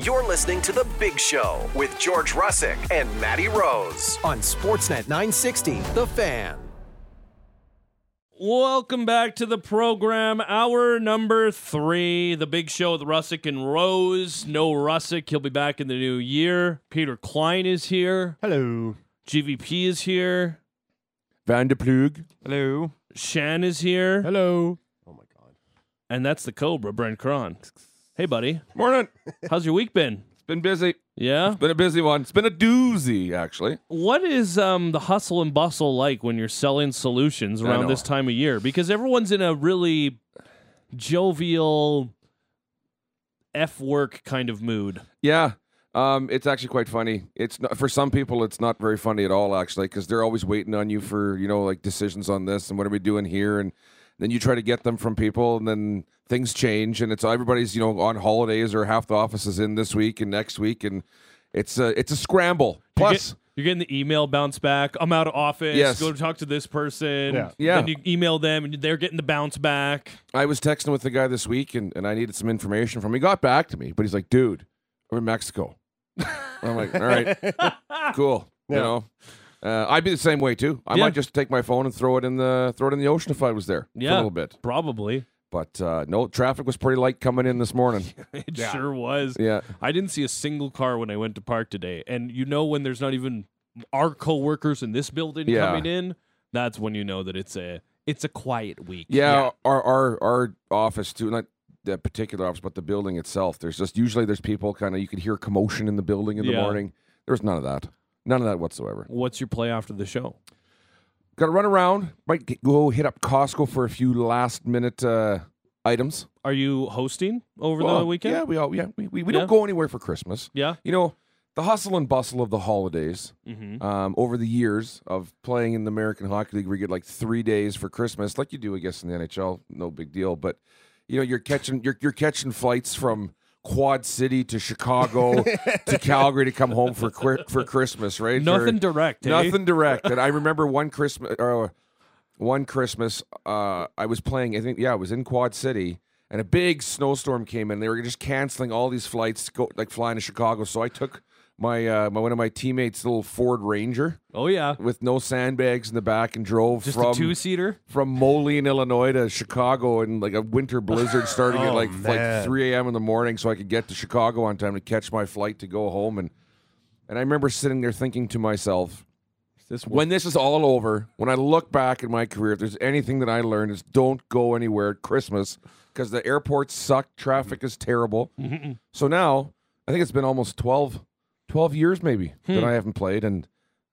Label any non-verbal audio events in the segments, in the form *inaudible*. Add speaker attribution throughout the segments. Speaker 1: You're listening to The Big Show with George Russick and Matty Rose on Sportsnet 960, The Fan.
Speaker 2: Welcome back to the program, hour number three. The big show with Russick and Rose. No Russick, he'll be back in the new year. Peter Klein is here.
Speaker 3: Hello.
Speaker 2: GVP is here.
Speaker 4: Van der Plug.
Speaker 3: Hello.
Speaker 2: Shan is here.
Speaker 4: Hello.
Speaker 2: And that's the Cobra, Brent Cron. Hey, buddy.
Speaker 4: Morning.
Speaker 2: How's your week been?
Speaker 4: It's been busy.
Speaker 2: Yeah.
Speaker 4: Been a busy one. It's been a doozy, actually.
Speaker 2: What is um, the hustle and bustle like when you're selling solutions
Speaker 4: I
Speaker 2: around
Speaker 4: know.
Speaker 2: this time of year? Because everyone's in a really jovial F work kind of mood.
Speaker 4: Yeah. Um, it's actually quite funny. It's not, for some people, it's not very funny at all, actually, because they're always waiting on you for you know like decisions on this and what are we doing here, and then you try to get them from people, and then things change, and it's everybody's you know on holidays or half the office is in this week and next week, and it's a it's a scramble.
Speaker 2: You
Speaker 4: Plus,
Speaker 2: get- you're getting the email bounce back. I'm out of office.
Speaker 4: Yes.
Speaker 2: Go talk to this person.
Speaker 3: Yeah.
Speaker 4: Yeah.
Speaker 2: Then you email them and they're getting the bounce back.
Speaker 4: I was texting with the guy this week and, and I needed some information from him. He got back to me, but he's like, dude, I'm in Mexico. *laughs* I'm like, all right,
Speaker 2: *laughs*
Speaker 4: cool. You
Speaker 3: Yeah.
Speaker 4: know, uh, I'd be the same way too. I
Speaker 2: Yeah.
Speaker 4: might just take my phone and throw it in the throw it in the ocean if I was there for
Speaker 2: Yeah.
Speaker 4: a little bit.
Speaker 2: Probably.
Speaker 4: But uh, no, traffic was pretty light coming in this morning.
Speaker 2: *laughs* It sure was.
Speaker 4: yeah,
Speaker 2: I didn't see a single car when I went to park today. And you know when there's not even our coworkers in this building
Speaker 4: Yeah.
Speaker 2: coming in, that's when you know that it's a it's a quiet week.
Speaker 4: yeah. Our our our office too, not that particular office, but the building itself. There's just usually there's people kind of you could hear commotion in the building in the
Speaker 2: Yeah.
Speaker 4: morning. There was none of that, none of that whatsoever.
Speaker 2: What's your play after the show?
Speaker 4: Got to run around. Might g go hit up Costco for a few last minute uh, items
Speaker 2: Are you hosting over the
Speaker 4: Well,
Speaker 2: weekend?
Speaker 4: Yeah, we all yeah we, we, we
Speaker 2: Yeah.
Speaker 4: don't go anywhere for Christmas.
Speaker 2: Yeah.
Speaker 4: You know the hustle and bustle of the holidays.
Speaker 2: Mm-hmm.
Speaker 4: Um, over the years of playing in the American Hockey League, we get like three days for Christmas, like you do, I guess, in the NHL. No big deal, but you know you're catching you're you're catching flights from Quad City to
Speaker 2: *laughs*
Speaker 4: Chicago to Calgary to come home for Chri- for Christmas, right? For-
Speaker 2: Nothing direct. eh?
Speaker 4: Nothing direct. And
Speaker 2: *laughs*
Speaker 4: I remember one Christmas or uh, one Christmas, uh, I was playing. I think yeah, I was in Quad City, and a big snowstorm came in. They were just canceling all these flights, go, like flying to Chicago. So I took my, uh, my one of my teammates' little Ford Ranger
Speaker 2: Oh yeah.
Speaker 4: with no sandbags in the back, and drove
Speaker 2: Just
Speaker 4: from
Speaker 2: a two seater.
Speaker 4: from Moline, Illinois to Chicago in like a winter blizzard starting at
Speaker 3: Oh,
Speaker 4: like like
Speaker 3: man.
Speaker 4: 3 a.m. in the morning so I could get to Chicago on time to catch my flight to go home. And, and I remember sitting there thinking to myself,
Speaker 2: This
Speaker 4: when this is all over, when I look back at my career, if there's anything that I learned is don't go anywhere at Christmas because the airports suck,
Speaker 3: Mm.
Speaker 4: traffic is terrible. So now I think it's been almost 12, 12 years maybe
Speaker 2: Hmm.
Speaker 4: that I haven't played and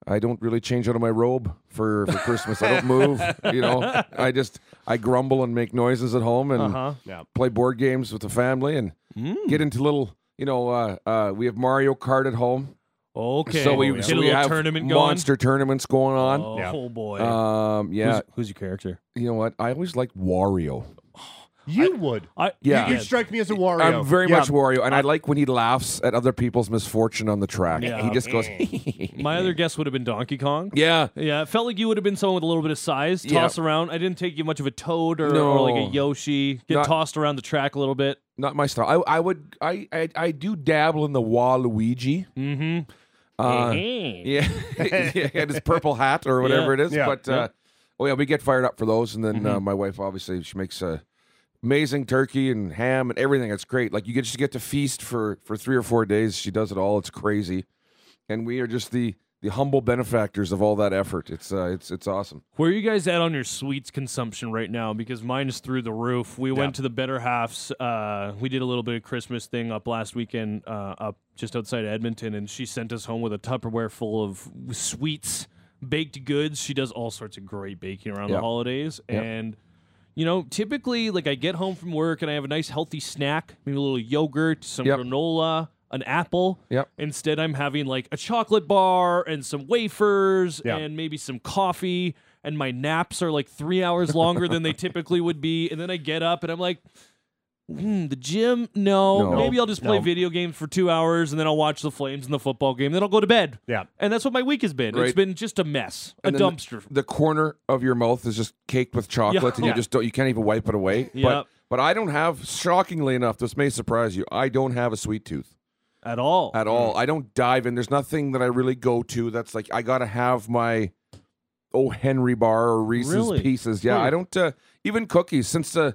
Speaker 4: I don't really change out of my robe for, for Christmas. I don't
Speaker 2: *laughs*
Speaker 4: move, you know. I just I grumble and make noises at home and
Speaker 2: Uh huh.
Speaker 4: play board games with the family and
Speaker 2: Hmm.
Speaker 4: get into little, you know, uh, uh, we have Mario Kart at home.
Speaker 2: Okay.
Speaker 4: So we,
Speaker 2: Get
Speaker 4: so
Speaker 2: a
Speaker 4: we
Speaker 2: little
Speaker 4: have
Speaker 2: tournament going.
Speaker 4: monster tournaments going on.
Speaker 2: Oh,
Speaker 3: Yeah.
Speaker 2: boy.
Speaker 4: Um, yeah,
Speaker 2: who's, who's your character?
Speaker 4: you know what? I always like Wario.
Speaker 3: You would.
Speaker 2: I
Speaker 4: Yeah.
Speaker 3: You, you strike me as a warrior.
Speaker 4: I'm very much Wario, and I like when he laughs at other people's misfortune on the track.
Speaker 2: Yeah.
Speaker 4: He
Speaker 2: *laughs*
Speaker 4: just goes, *laughs*
Speaker 2: My other guess would have been Donkey Kong.
Speaker 4: yeah.
Speaker 2: Yeah, it felt like you would have been someone with a little bit of size,
Speaker 4: Yeah.
Speaker 2: toss around. I didn't take you much of a toad or,
Speaker 4: No.
Speaker 2: or like a Yoshi. Get
Speaker 4: Not-
Speaker 2: tossed around the track a little bit.
Speaker 4: Not my style. I, I would. I, I I do dabble in the Waluigi.
Speaker 3: Mm.
Speaker 2: Mm-hmm.
Speaker 4: Uh, yeah, *laughs* yeah, and his purple hat or whatever
Speaker 2: Yeah.
Speaker 4: it is.
Speaker 3: Yeah. Mm-hmm.
Speaker 4: But uh, oh yeah, we get fired up for those, and then uh, my wife obviously she makes uh, amazing turkey and ham and everything. It's great. Like you get just get to feast for for three or four days. She does it all. It's crazy, and we are just the the humble benefactors of all that effort. It's uh, it's it's awesome.
Speaker 2: Where are you guys at on your sweets consumption right now? Because mine is through the roof. We went to the Better Halves. Uh, we did a little bit of Christmas thing up last weekend, uh, up just outside Edmonton, and she sent us home with a Tupperware full of sweets, baked goods. She does all sorts of great baking around the
Speaker 4: Yeah.
Speaker 2: holidays, and you know, typically, like I get home from work and I have a nice healthy snack, maybe a little yogurt, some
Speaker 4: Yep.
Speaker 2: granola, an apple.
Speaker 4: Yep.
Speaker 2: Instead, I'm having like a chocolate bar and some wafers
Speaker 3: Yeah.
Speaker 2: and maybe some coffee. And my naps are like three hours longer than they typically would be. And then I get up and I'm like, hmm, the gym? No.
Speaker 4: No.
Speaker 2: Maybe I'll just play
Speaker 3: No.
Speaker 2: video games for two hours and then I'll watch the Flames in the football game. Then I'll go to bed.
Speaker 3: Yeah.
Speaker 2: And that's what my week has been. It's
Speaker 4: Right.
Speaker 2: been just a mess,
Speaker 4: And
Speaker 2: a
Speaker 4: then
Speaker 2: dumpster.
Speaker 4: The corner of your mouth is just caked with chocolate, and you
Speaker 2: Yeah.
Speaker 4: just don't you can't even wipe it away.
Speaker 2: Yep.
Speaker 4: But but I don't have. Shockingly enough, this may surprise you. I don't have a sweet tooth.
Speaker 2: at all.
Speaker 4: at all. I don't dive in. There's nothing that I really go to that's like I gotta have my O Henry bar or Reese's
Speaker 2: Really?
Speaker 4: Pieces. Yeah, I don't uh, even cookies since uh,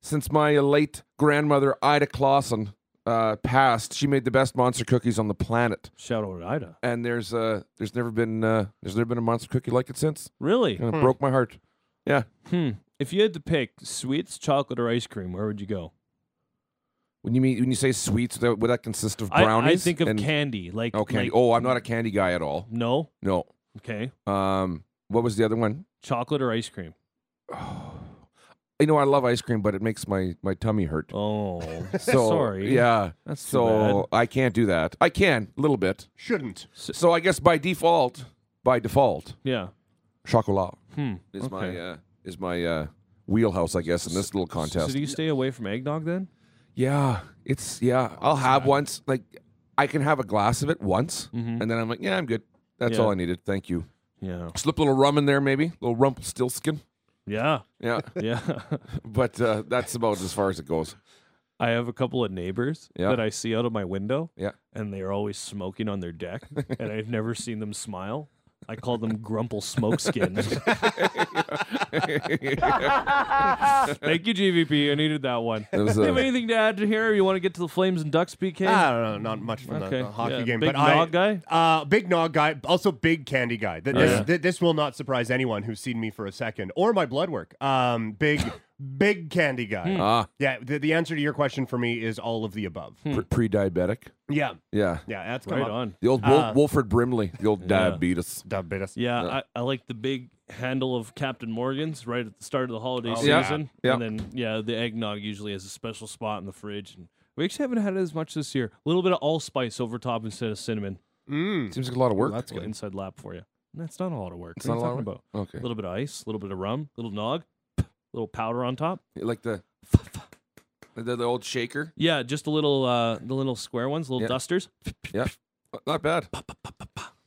Speaker 4: since my late grandmother Ida Clausen uh, passed. She made the best monster cookies on the planet,
Speaker 2: Shout out to Ida.
Speaker 4: and there's uh, there's never been uh, there's never been a monster cookie like it since.
Speaker 2: Really?
Speaker 4: And it broke my heart. Yeah,
Speaker 2: Hmm. If you had to pick sweets, chocolate, or ice cream, where would you go?
Speaker 4: when you mean when you say sweets, that, would that consist of
Speaker 2: I-
Speaker 4: brownies?
Speaker 2: I, think of
Speaker 4: and,
Speaker 2: candy. Like
Speaker 4: Oh, candy.
Speaker 2: like- mm.
Speaker 4: oh, I'm not a candy guy at all.
Speaker 2: no.
Speaker 4: No.
Speaker 2: Okay.
Speaker 4: Um, what was the other one?
Speaker 2: Chocolate or ice cream?
Speaker 4: you know I love ice cream, but it makes my my tummy hurt.
Speaker 2: Oh, *laughs*
Speaker 4: *laughs* So,
Speaker 2: sorry.
Speaker 4: Yeah.
Speaker 2: That's too
Speaker 4: so I can't do that. I can a little bit.
Speaker 3: Shouldn't.
Speaker 4: So I guess by default, by default,
Speaker 2: Yeah.
Speaker 4: chocolat
Speaker 2: Hmm.
Speaker 4: is
Speaker 2: okay.
Speaker 4: my uh, is my uh, wheelhouse, I guess, in this little
Speaker 2: So
Speaker 4: contest.
Speaker 2: do you stay away from eggnog then?
Speaker 4: yeah, it's
Speaker 2: Oh,
Speaker 4: yeah. I'll have once, like I can have a glass of it once, and then I'm like, yeah, I'm good. That's
Speaker 2: Mm-hmm. Yeah.
Speaker 4: all I needed. Thank you.
Speaker 2: Yeah.
Speaker 4: Slip a little rum in there, maybe a little Rumpelstiltskin.
Speaker 2: Yeah. *laughs*
Speaker 4: Yeah,
Speaker 2: Yeah.
Speaker 4: but uh, that's about as far as it goes.
Speaker 2: I have a couple of neighbors
Speaker 4: Yeah.
Speaker 2: that I see out of my window.
Speaker 4: Yeah.
Speaker 2: And they are always smoking on their
Speaker 4: *laughs*
Speaker 2: deck, and I've never seen them smile. I call them grumple
Speaker 4: *laughs*
Speaker 2: smokeskins. *laughs* Thank you, GVP. I needed that
Speaker 4: *laughs*
Speaker 2: one.
Speaker 4: It
Speaker 2: *laughs*
Speaker 4: was,
Speaker 2: Do you have
Speaker 4: uh,
Speaker 2: anything to add to here? or You want to get to the Flames and Ducks, PK?
Speaker 4: Ah,
Speaker 3: I don't know, uh, not much from
Speaker 2: Okay,
Speaker 3: the, the hockey
Speaker 2: yeah,
Speaker 3: game.
Speaker 2: big
Speaker 3: but I-
Speaker 2: nog guy? Oh,
Speaker 3: Uh, big nog guy, also big candy guy. Th- this,
Speaker 2: yeah.
Speaker 3: th- this will not surprise anyone who's seen me for a second or my blood work. Um,
Speaker 4: *laughs*
Speaker 3: big, big candy guy.
Speaker 2: Hmm.
Speaker 4: Ah,
Speaker 3: Yeah, the, the answer to your question for me is all of the above.
Speaker 4: pre- pre-diabetic.
Speaker 3: Yeah,
Speaker 4: Yeah.
Speaker 3: yeah, that's come
Speaker 2: Hmm. right
Speaker 3: up.
Speaker 2: on.
Speaker 4: The old Wil- Wilfred Brimley, the old
Speaker 2: Ah. Yeah.
Speaker 4: diabetes.
Speaker 3: Da bit us.
Speaker 2: Yeah, I, I like the big handle of Captain Morgan's right at the start of the holiday
Speaker 3: Oh,
Speaker 4: yeah.
Speaker 2: season.
Speaker 4: Yeah.
Speaker 2: And then, yeah, the eggnog usually has a special spot in the fridge. And we actually haven't had it as much this year. A little bit of allspice over top instead of cinnamon.
Speaker 3: Mm.
Speaker 4: Seems like a lot of work.
Speaker 2: That's good. Inside lap for you. And that's not a lot of work.
Speaker 4: It's
Speaker 2: What
Speaker 4: not
Speaker 2: are
Speaker 4: a
Speaker 2: you
Speaker 4: lot of
Speaker 2: talking about?
Speaker 4: Okay.
Speaker 2: A little bit of ice, a little bit of rum, a little nog, *laughs* little powder on top.
Speaker 4: Like the, the the old shaker.
Speaker 2: Yeah, just a little, uh, the little square ones, little
Speaker 4: Yeah.
Speaker 2: dusters,
Speaker 4: Yeah. Uh, Not bad.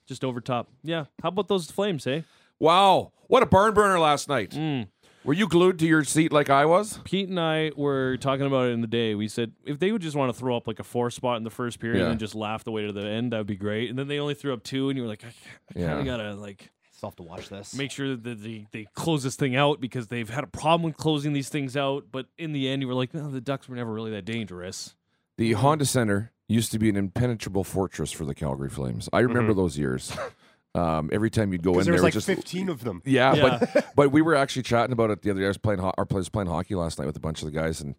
Speaker 2: just over top. Yeah. How about those flames, eh?
Speaker 4: Wow. What a barn burner last night.
Speaker 2: Mm.
Speaker 4: Were you glued to your seat like I was?
Speaker 2: Pete and I were talking about it in the day. We said if they would just want to throw up like a four spot in the first period
Speaker 4: Yeah.
Speaker 2: and just laugh the way to the end, that would be great. And then they only threw up two, and you were like, I, I kind
Speaker 4: Yeah.
Speaker 2: of gotta like
Speaker 3: Still have to watch this.
Speaker 2: make sure that they, they close this thing out because they've had a problem with closing these things out. But in the end, you were like, no, the Ducks were never really that dangerous.
Speaker 4: The Honda Center used to be an impenetrable fortress for the Calgary Flames. I remember those years. *laughs* Um, every time you'd go in
Speaker 3: Because
Speaker 4: there,
Speaker 3: there's
Speaker 4: it
Speaker 3: like
Speaker 4: just
Speaker 3: 15 of them.
Speaker 4: Yeah,
Speaker 2: Yeah.
Speaker 4: but but we were actually chatting about it the other day. I was playing ho- or I was playing hockey last night with a bunch of the guys, and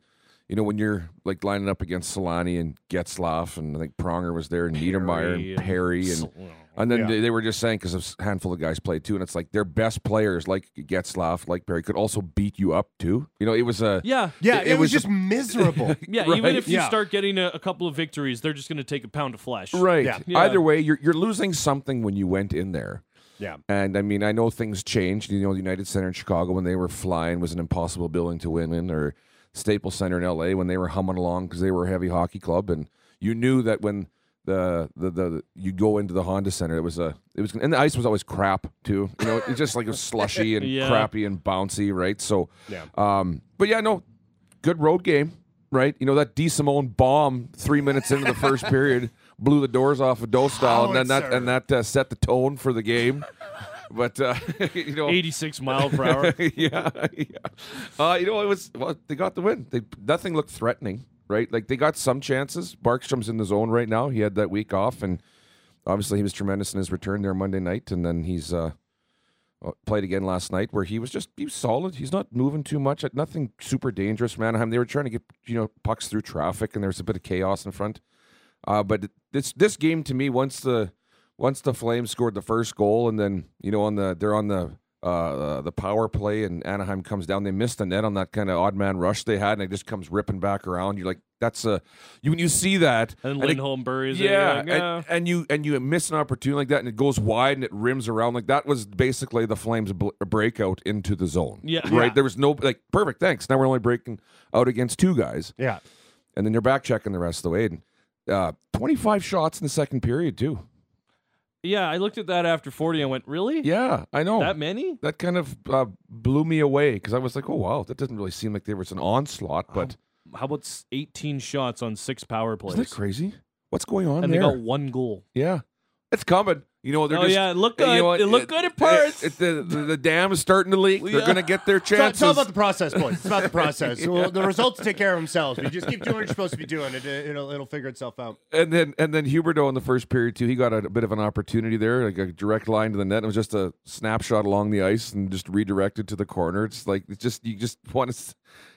Speaker 4: you know when you're like lining up against Solani and Getzlaff, and I think Pronger was there, and Niedermeyer
Speaker 2: Perry
Speaker 4: and
Speaker 2: and
Speaker 4: Perry, and and then they, they were just saying because a handful of guys played too, and it's like their best players, like Getzlaff, like Perry, could also beat you up too. You know, it was a
Speaker 2: Yeah.
Speaker 3: Yeah,
Speaker 4: It-
Speaker 3: it,
Speaker 4: it
Speaker 3: was
Speaker 4: was
Speaker 3: just
Speaker 4: *laughs*
Speaker 3: miserable.
Speaker 2: Yeah,
Speaker 4: Right.
Speaker 2: even if you
Speaker 3: Yeah.
Speaker 2: start getting a, a couple of victories, they're just going to take a pound of flesh.
Speaker 4: right.
Speaker 3: Yeah.
Speaker 2: Yeah.
Speaker 4: Either way, you're you're losing something when you went in there.
Speaker 3: yeah.
Speaker 4: And I mean, I know things changed. You know, the United Center in Chicago when they were flying was an impossible building to win in, or Staples Center in LA when they were humming along because they were a heavy hockey club, and you knew that when the the the you go into the Honda Center, it was a it was and the ice was always crap too. You know, it's just like it was slushy and
Speaker 2: Yeah.
Speaker 4: crappy and bouncy, right? So,
Speaker 3: Yeah.
Speaker 4: um, but yeah, no, good road game, right? You know that D Simone bomb three minutes into the first period blew the doors off of Dostal, and then that
Speaker 3: Howitzer.
Speaker 4: and that uh, set the tone for the game. But uh, *laughs* you know,
Speaker 2: 86 mile per
Speaker 4: *laughs*
Speaker 2: hour.
Speaker 4: yeah, yeah. Uh, you know, it was well, they got the win. They nothing looked threatening, right? Like they got some chances. Barkstrom's in the zone right now. He had that week off, and obviously he was tremendous in his return there Monday night, and then he's uh, uh, played again last night where he was just he was solid. He's not moving too much. At nothing super dangerous from Anaheim. They were trying to get you know pucks through traffic, and there was a bit of chaos in front. Uh, but this this game to me, once the once the Flames scored the first goal, and then you know on the they're on the uh, uh, the power play, and Anaheim comes down. They missed the net on that kind of odd man rush they had, and it just comes ripping back around. You're like, that's a you when you see that,
Speaker 2: And
Speaker 4: it-
Speaker 2: then Lindholm buries it.
Speaker 4: yeah,
Speaker 2: You're like, "Ah."
Speaker 4: and, and you and you miss an opportunity like that, and it goes wide and it rims around like that was basically the Flames bl- breakout into the zone.
Speaker 2: Yeah.
Speaker 4: right.
Speaker 3: Yeah.
Speaker 4: There was no like perfect. Thanks. Now we're only breaking out against two guys,
Speaker 3: Yeah.
Speaker 4: and then you're back checking the rest of the way. And uh, 25 shots in the second period too.
Speaker 2: Yeah, I looked at that after 40 and went, really?
Speaker 4: Yeah, I know
Speaker 2: That many?
Speaker 4: that kind of uh, blew me away because I was like, oh wow, that doesn't really
Speaker 2: Oh,
Speaker 4: seem like there was an onslaught, but
Speaker 2: How about s- 18 shots on six power plays?
Speaker 4: isn't that crazy? what's going on
Speaker 2: and
Speaker 4: there?
Speaker 2: they got one goal.
Speaker 4: yeah, it's coming. You know they're
Speaker 2: Oh
Speaker 4: just.
Speaker 2: yeah, it looked
Speaker 4: you
Speaker 2: good.
Speaker 4: know what,
Speaker 2: it looked good at parts.
Speaker 4: it- the, the, the dam is starting to leak. They're
Speaker 2: Yeah.
Speaker 4: going to get
Speaker 2: *laughs*
Speaker 4: their
Speaker 3: It's all,
Speaker 4: chances.
Speaker 3: it's all about the process, boys. It's about the process. *laughs* well, the results take care of themselves. You just keep doing what you're supposed to be doing. It, it'll it'll figure itself out.
Speaker 4: and then and then Huberto in the first period too. He got a, bit of an opportunity there, like a direct line to the net. It was just a snapshot along the ice and just redirected to the corner. It's like it's just you just *laughs* want to s-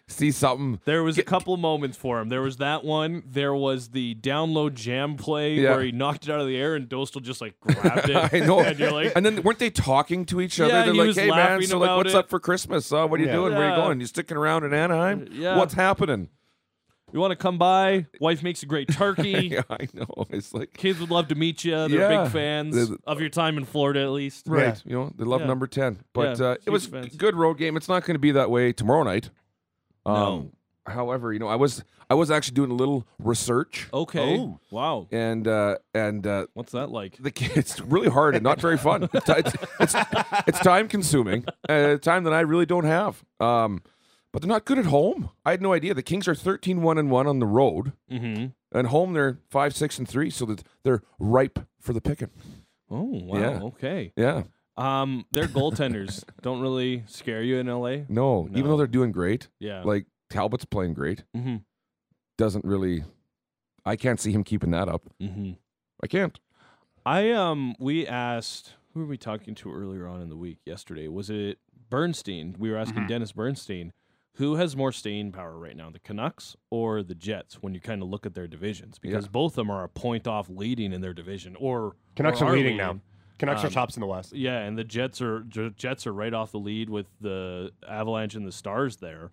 Speaker 4: see something.
Speaker 2: There was a couple moments for him. There was that one. There was the download jam play
Speaker 4: Yeah.
Speaker 2: where he knocked it out of the air and Dostal just like *laughs* grabbed it.
Speaker 4: I know.
Speaker 2: And you're like,
Speaker 4: And then weren't they talking to each other?
Speaker 2: Yeah,
Speaker 4: They're
Speaker 2: he
Speaker 4: like,
Speaker 2: was
Speaker 4: "Hey man,
Speaker 2: laughing
Speaker 4: so like,
Speaker 2: about
Speaker 4: what's
Speaker 2: it.
Speaker 4: up for Christmas? Uh, what are you
Speaker 3: Yeah.
Speaker 4: doing? Where are you
Speaker 2: Yeah.
Speaker 4: going? You sticking around in Anaheim?
Speaker 2: Yeah.
Speaker 4: What's happening?" *laughs*
Speaker 2: you want to come by? Wife makes a great *laughs* turkey.
Speaker 4: Yeah, I know. It's like
Speaker 2: Kids would love to meet you. They're
Speaker 4: Yeah.
Speaker 2: big fans
Speaker 4: The-
Speaker 2: of your time in Florida, at least.
Speaker 4: right, you know, they love
Speaker 2: Yeah.
Speaker 4: number ten. But
Speaker 2: Yeah,
Speaker 4: uh, it
Speaker 2: huge
Speaker 4: was
Speaker 2: fans.
Speaker 4: good road game. It's not going to be that way tomorrow night. Um,
Speaker 2: No.
Speaker 4: However, you know, I was I was actually doing a little research,
Speaker 2: Okay.
Speaker 3: Oh.
Speaker 2: Wow.
Speaker 4: and uh, and uh,
Speaker 2: What's that like?
Speaker 4: the ki- *laughs* it's really hard and not very fun. It's it's, it's, it's time consuming, uh, time that I really don't have. Um, but they're not good at home. I had no idea. The Kings are 13-1 and one on the road,
Speaker 2: Mm-hmm.
Speaker 4: and home they're five, six, and three. So that they're ripe for the picking.
Speaker 2: Oh wow.
Speaker 4: Yeah.
Speaker 2: Okay.
Speaker 4: Yeah.
Speaker 2: Um, their *laughs* goaltenders don't really scare you in LA.
Speaker 4: No, even
Speaker 2: No.
Speaker 4: though they're doing great,
Speaker 2: Yeah.
Speaker 4: like Talbot's playing great,
Speaker 2: Mhm.
Speaker 4: doesn't really. I can't see him keeping that up.
Speaker 2: Mm-hmm.
Speaker 4: I can't.
Speaker 2: I um we asked who were we talking to earlier on in the week yesterday? Was it Bernstein? We were asking
Speaker 3: Mm-hmm.
Speaker 2: Dennis Bernstein who has more staying power right now, the Canucks or the Jets when you kind of look at their divisions because both of them are a point off leading in their division or
Speaker 3: Canucks
Speaker 2: or
Speaker 3: are leading now. Canucks are
Speaker 2: Um,
Speaker 3: tops in the West.
Speaker 2: Yeah, and the Jets are J- Jets are right off the lead with the Avalanche and the Stars there.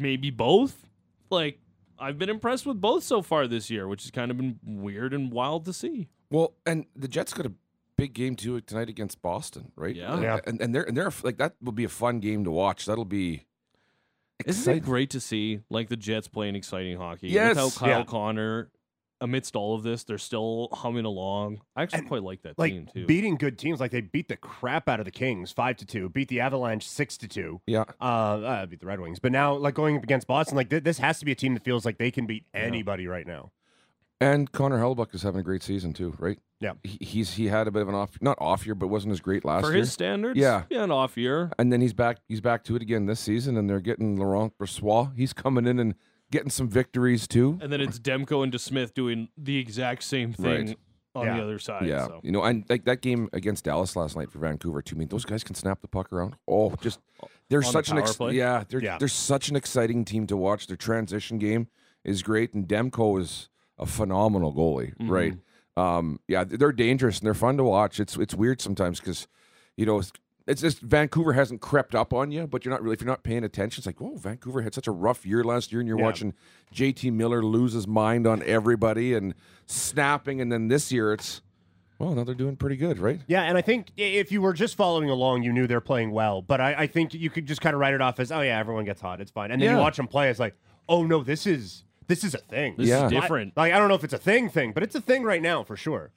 Speaker 2: Maybe both? Like I've been impressed with both so far this year, which has kind of been weird and wild to see.
Speaker 4: Well, and the Jets got a big game too tonight against Boston, right?
Speaker 2: Yeah.
Speaker 3: Yeah.
Speaker 4: And and they're and they're like that will be a fun game to watch. That'll be
Speaker 2: Isn't it
Speaker 4: exciting.
Speaker 2: great to see like the Jets playing exciting hockey?
Speaker 4: Yes.
Speaker 2: Without Kyle
Speaker 3: Yeah.
Speaker 2: Connor, amidst all of this, they're still humming along. I actually
Speaker 3: And,
Speaker 2: quite like that
Speaker 3: Like
Speaker 2: team too.
Speaker 3: beating good teams, like they beat the crap out of the Kings five to two, beat the Avalanche six to two,
Speaker 4: Yeah.
Speaker 3: uh, uh beat the Red Wings. But now, like going up against Boston, like th- this has to be a team that feels like they can beat anybody right now.
Speaker 4: And Connor Hellebuck is having a great season too, right?
Speaker 3: Yeah.
Speaker 4: He, he's he had a bit of an off not off year, but wasn't as great last
Speaker 2: For
Speaker 4: year.
Speaker 2: his standards,
Speaker 4: Yeah.
Speaker 2: yeah, an off year.
Speaker 4: and then he's back he's back to it again this season and they're getting Laurent Brossois. He's coming in and getting some victories too.
Speaker 2: And then it's Demko and DeSmith doing the exact same thing
Speaker 4: Right.
Speaker 2: on
Speaker 3: Yeah.
Speaker 2: the other side.
Speaker 4: yeah.
Speaker 2: So.
Speaker 4: You know, and like that game against Dallas last night for Vancouver too. I mean, those guys can snap the puck around. Oh, just they're
Speaker 2: the
Speaker 4: such an
Speaker 2: power
Speaker 4: ex-
Speaker 2: play?
Speaker 4: yeah, they're
Speaker 3: Yeah.
Speaker 4: they're such an exciting team to watch. Their transition game is great and Demko is a phenomenal goalie,
Speaker 2: Mm-hmm.
Speaker 4: right? Um yeah, th- they're dangerous and they're fun to watch. It's it's weird sometimes cuz you know, it's, it's just Vancouver hasn't crept up on you, but you're not really if you're not paying attention. It's like, "Oh, Vancouver had such a rough year last year and you're
Speaker 3: Yeah.
Speaker 4: watching JT Miller lose his mind on everybody and snapping and then this year it's well, now they're doing pretty good, right?
Speaker 3: Yeah, and I think i- if you were just following along, you knew they're playing well. But I, I think you could just kind of write it off as, oh yeah, everyone gets hot, it's fine. And then
Speaker 4: Yeah.
Speaker 3: you watch them play, it's like, oh no, this is this is a thing.
Speaker 2: This
Speaker 4: Yeah.
Speaker 2: is different.
Speaker 3: I, like I don't know if it's a thing thing, but it's a thing right now for sure.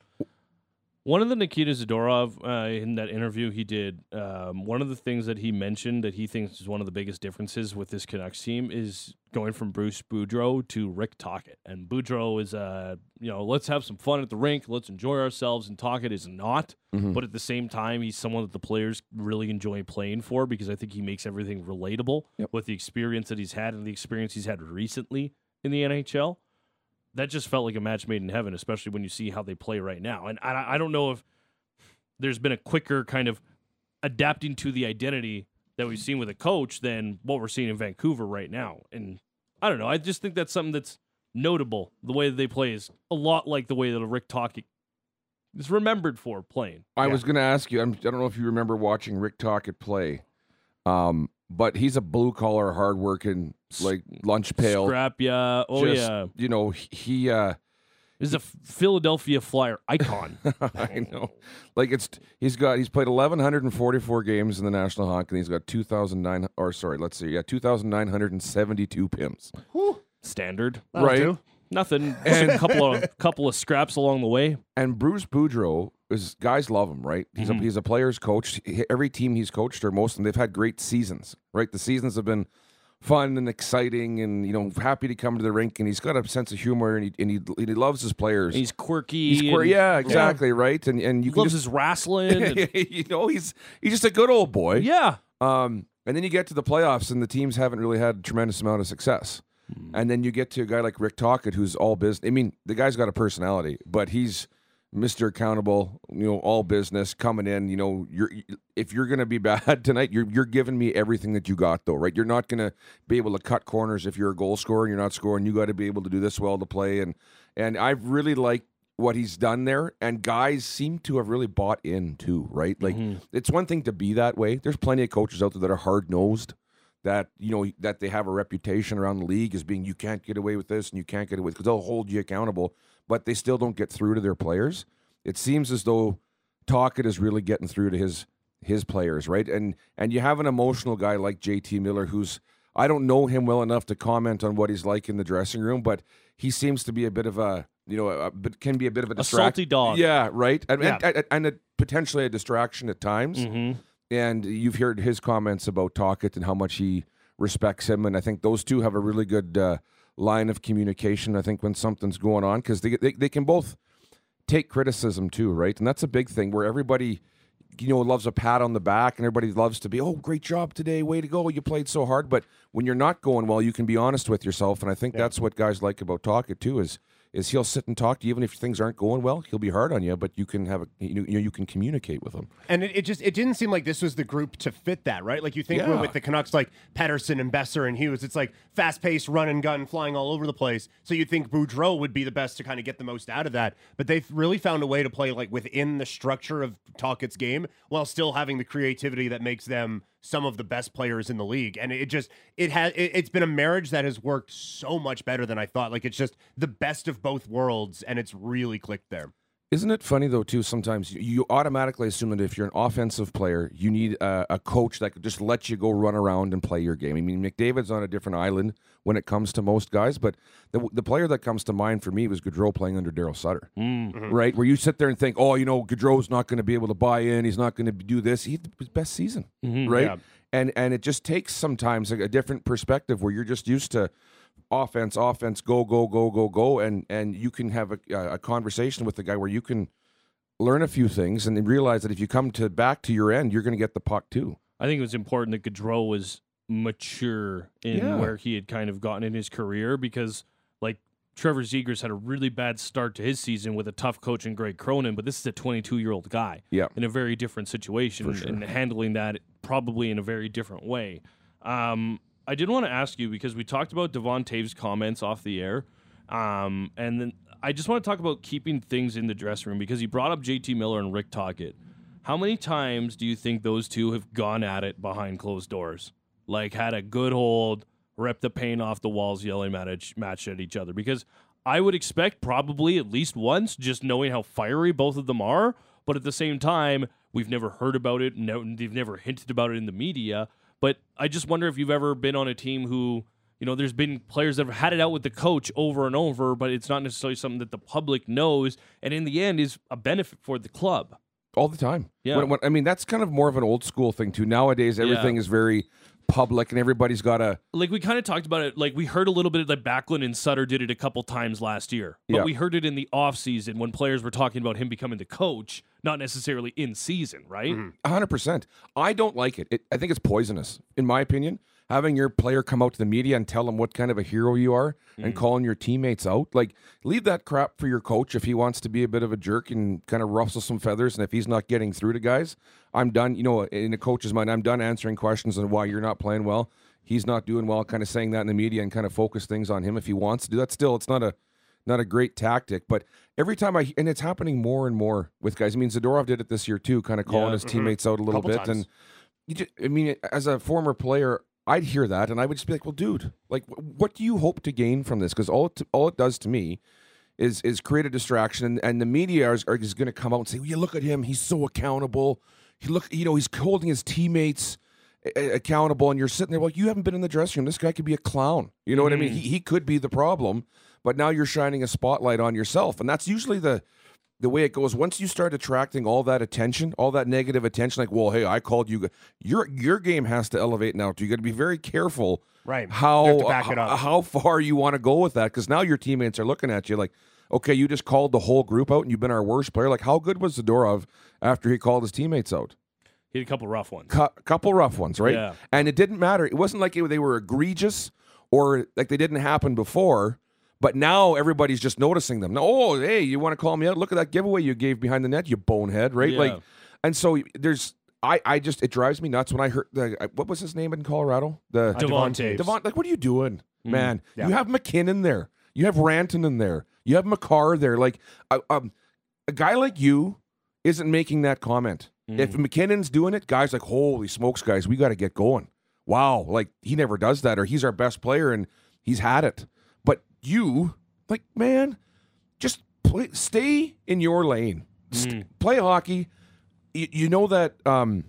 Speaker 2: One of the Nikita Zadorov uh, in that interview he did, um, one of the things that he mentioned that he thinks is one of the biggest differences with this Canucks team is going from Bruce Boudreau to Rick Tockett. And Boudreau is, uh, you know, let's have some fun at the rink, let's enjoy ourselves, and Tockett is not. But at the same time, he's someone that the players really enjoy playing for because I think he makes everything relatable
Speaker 4: Yep.
Speaker 2: with the experience that he's had and the experience he's had recently in the NHL that just felt like a match made in heaven, especially when you see how they play right now. And I, I don't know if there's been a quicker kind of adapting to the identity that we've seen with a coach than what we're seeing in Vancouver right now. And I don't know. I just think that's something that's notable. The way that they play is a lot like the way that a Rick Tockett is remembered for playing.
Speaker 4: I
Speaker 3: Yeah.
Speaker 4: was going to ask you. I'm, I don't know if you remember watching Rick Tockett play, um, but he's a blue collar, hard working, like lunch pail.
Speaker 2: Scrap, yeah. Oh,
Speaker 4: just,
Speaker 2: yeah.
Speaker 4: You know he- he. Uh,
Speaker 2: Is a Philadelphia Flyer
Speaker 4: *laughs*
Speaker 2: icon.
Speaker 4: I know. Like it's he's got he's played 1144 games in the National Hockey. League. He's got 2009 or sorry, let's see, yeah, 2972 pims.
Speaker 2: Standard.
Speaker 3: That'll
Speaker 4: Right.
Speaker 3: do.
Speaker 2: Nothing. Just a couple
Speaker 4: *laughs*
Speaker 2: of couple of scraps along the way.
Speaker 4: And Bruce Boudreau is guys love him, right? He's
Speaker 2: Mm-hmm.
Speaker 4: a he's a player's coach. He- Every team he's coached or most of them, they've had great seasons, right? The seasons have been fun and exciting and you know happy to come to the rink and he's got a sense of humor and he and he, and he loves his players.
Speaker 2: He's quirky.
Speaker 4: He's queer-
Speaker 2: and
Speaker 4: yeah, exactly, right? And and you
Speaker 2: He
Speaker 4: can
Speaker 2: loves
Speaker 4: just,
Speaker 2: his wrestling.
Speaker 4: *laughs*
Speaker 2: and-
Speaker 4: you know, he's he's just a good old boy.
Speaker 2: yeah.
Speaker 4: Um, and then you get to the playoffs, and the teams haven't really had a tremendous amount of success. And then you get to a guy like Rick Tockett, who's all business. I mean, the guy's got a personality, but he's Mr. Accountable. You know, all business coming in. You know, you're if you're going to be *laughs* bad tonight, you're you're giving me everything that you got, though, right? You're not going to be able to cut corners if you're a goal scorer and you're not scoring. You got to be able to do this well to play, and and I've really liked what he's done there and guys seem to have really bought in too right like it's one thing to be that way there's plenty of coaches out there that are hard-nosed that you know that they have a reputation around the league as being you can't get away with this and you can't get away because they'll hold you accountable but they still don't get through to their players it seems as though Talkett is really getting through to his his players, right? And and you have an emotional guy like JT Miller who's I don't know him well enough to comment on what he's like in the dressing room, but he seems to be a bit of a you know, a, but can be a bit of a,
Speaker 2: A
Speaker 4: distract-
Speaker 2: salty dog.
Speaker 4: Yeah, right. And and, and, and a, potentially a distraction at times. And you've heard his comments about Talkett and how much he respects him, and I think those two have a really good uh, line of communication. I think when something's going on, because they, they they can both take criticism too, right? And that's a big thing where everybody, you know, loves a pat on the back and everybody loves to be, oh, great job today, way to go, you played so hard. But when you're not going well, you can be honest with yourself, and I think that's what guys like about Talkett too is is he'll sit and talk to you even if things aren't going well. He'll be hard on you, but you can have a you know you can communicate with him.
Speaker 3: And it, it just it didn't seem like this was the group to fit that, right? Like you think
Speaker 4: Yeah.
Speaker 3: with the Canucks like Pedersen and Besser and Hughes, it's like fast paced, run and gun, flying all over the place. So you'd think Boudreau would be the best to kind of get the most out of that. But they've really found a way to play like within the structure of Talkett's game while still having the creativity that makes them some of the best players in the league. And it just it has it, it's been a marriage that has worked so much better than I thought. Like it's just the best of both worlds and it's really clicked there.
Speaker 4: Isn't it funny though too? Sometimes you- you automatically assume that if you're an offensive player, you need a, a coach that could just let you go run around and play your game. I mean, McDavid's on a different island when it comes to most guys, but the, the player that comes to mind for me was Gaudreau playing under Daryl Sutter, right? Where you sit there and think, oh, you know, Gaudreau's not going to be able to buy in. He's not going to do this. He had his best season, right?
Speaker 3: Yeah.
Speaker 4: And and it just takes sometimes a, a different perspective where you're just used to offense, offense, go, go, go, go, go, and and you can have a, a conversation with the guy where you can learn a few things and then realize that if you come to back to your end, you're going to get the puck too.
Speaker 2: I think it was important that Gaudreau was mature in
Speaker 4: Yeah.
Speaker 2: where he had kind of gotten in his career because, like, Trevor Zegers had a really bad start to his season with a tough coach in Greg Cronin, but this is a 22 year old guy
Speaker 4: Yeah.
Speaker 2: in a very different situation and- and handling that probably in a very different way. Um, I did want to ask you because we talked about Devon Taves' comments off the air, um, and then I just want to talk about keeping things in the dressing room because he brought up JT Miller and Rick Tockett. How many times do you think those two have gone at it behind closed doors? Like had a good hold, ripped the paint off the walls, yelling at each, match at each other. Because I would expect probably at least once, just knowing how fiery both of them are. But at the same time, we've never heard about it. No, they've never hinted about it in the media. But I just wonder if you've ever been on a team who, you know, there's been players that have had it out with the coach over and over, but it's not necessarily something that the public knows, and in the end, is a benefit for the club.
Speaker 4: All the time.
Speaker 2: Yeah.
Speaker 4: When- when- I mean, that's kind of more of an old school thing too. Nowadays, everything is very public and everybody's got a
Speaker 2: like we kind of talked about it like we heard a little bit of like Backlund and Sutter did it a couple times last year but
Speaker 4: Yeah.
Speaker 2: we heard it in the offseason when players were talking about him becoming the coach not necessarily in season right
Speaker 4: hundred percent. I don't like it. it. I think it's poisonous, in my opinion. Having your player come out to the media and tell them what kind of a hero you are, and calling your teammates out, like leave that crap for your coach if he wants to be a bit of a jerk and kind of rustle some feathers. And if he's not getting through to guys, I'm done. You know, in the coach's mind, I'm done answering questions on why you're not playing well. He's not doing well. Kind of saying that in the media and kind of focus things on him if he wants to do that. Still, it's not a not a great tactic, but every time I and it's happening more and more with guys. I mean, Zadorov did it this year too, kind of calling his teammates out a little
Speaker 3: mm-hmm. Couple
Speaker 4: bit.
Speaker 3: times.
Speaker 4: And you just, I mean, as a former player, I'd hear that and I would just be like, "Well, dude, like, wh- what do you hope to gain from this?" Because all it, all it does to me is is create a distraction, and, and the media is, are just going to come out and say, well, "You look at him; he's so accountable. He look, you know, he's holding his teammates." a- a- accountable and you're sitting there like you haven't been in the dressing room this guy could be a clown you know what i mean he, he could be the problem but now you're shining a spotlight on yourself and that's usually the the way it goes, once you start attracting all that attention, all that negative attention, like, well, hey, I called you. g- Your your game has to elevate now. too. You got to be very careful,
Speaker 3: Right.
Speaker 4: How
Speaker 3: You have to back it up.
Speaker 4: h- how far you want to go with that? Because now your teammates are looking at you like, okay, you just called the whole group out, and you've been our worst player. Like, how good was Zadorov after he called his teammates out?
Speaker 2: He had a couple rough ones.
Speaker 4: cou- couple rough ones, right?
Speaker 2: Yeah.
Speaker 4: And it didn't matter. It wasn't like it, they were egregious or like they didn't happen before. But now everybody's just noticing them. Now, oh, hey, you want to call me out? Look at that giveaway you gave behind the net, you bonehead, right?
Speaker 2: Yeah.
Speaker 4: Like, and so there's, I, I just it drives me nuts when I heard the I- what was his name in Colorado? The
Speaker 3: Uh, Devontae.
Speaker 4: Devon, like, what are you doing, man?
Speaker 3: Yeah.
Speaker 4: You have McKinnon there. You have Ranton in there. You have McCarr there. Like, uh, um, a guy like you isn't making that comment. If McKinnon's doing it, guys like, holy smokes, guys, we got to get going. Wow, like he never does that, or he's our best player and he's had it. But you, like, man, just play, stay in your lane, St- play hockey. You, you know that um,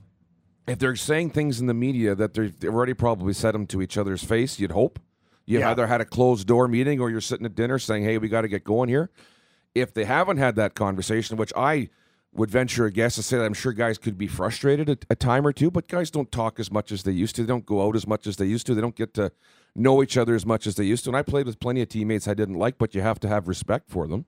Speaker 4: if they're saying things in the media that they're- they've already probably said them to each other's face, you'd hope. You've
Speaker 3: Yeah.
Speaker 4: either had a closed door meeting or you're sitting at dinner saying, hey, we got to get going here. If they haven't had that conversation, which I would venture a guess to say that I'm sure guys could be frustrated a, a time or two, but guys don't talk as much as they used to. They don't go out as much as they used to. They don't get to know each other as much as they used to. And I played with plenty of teammates I didn't like, but you have to have respect for them.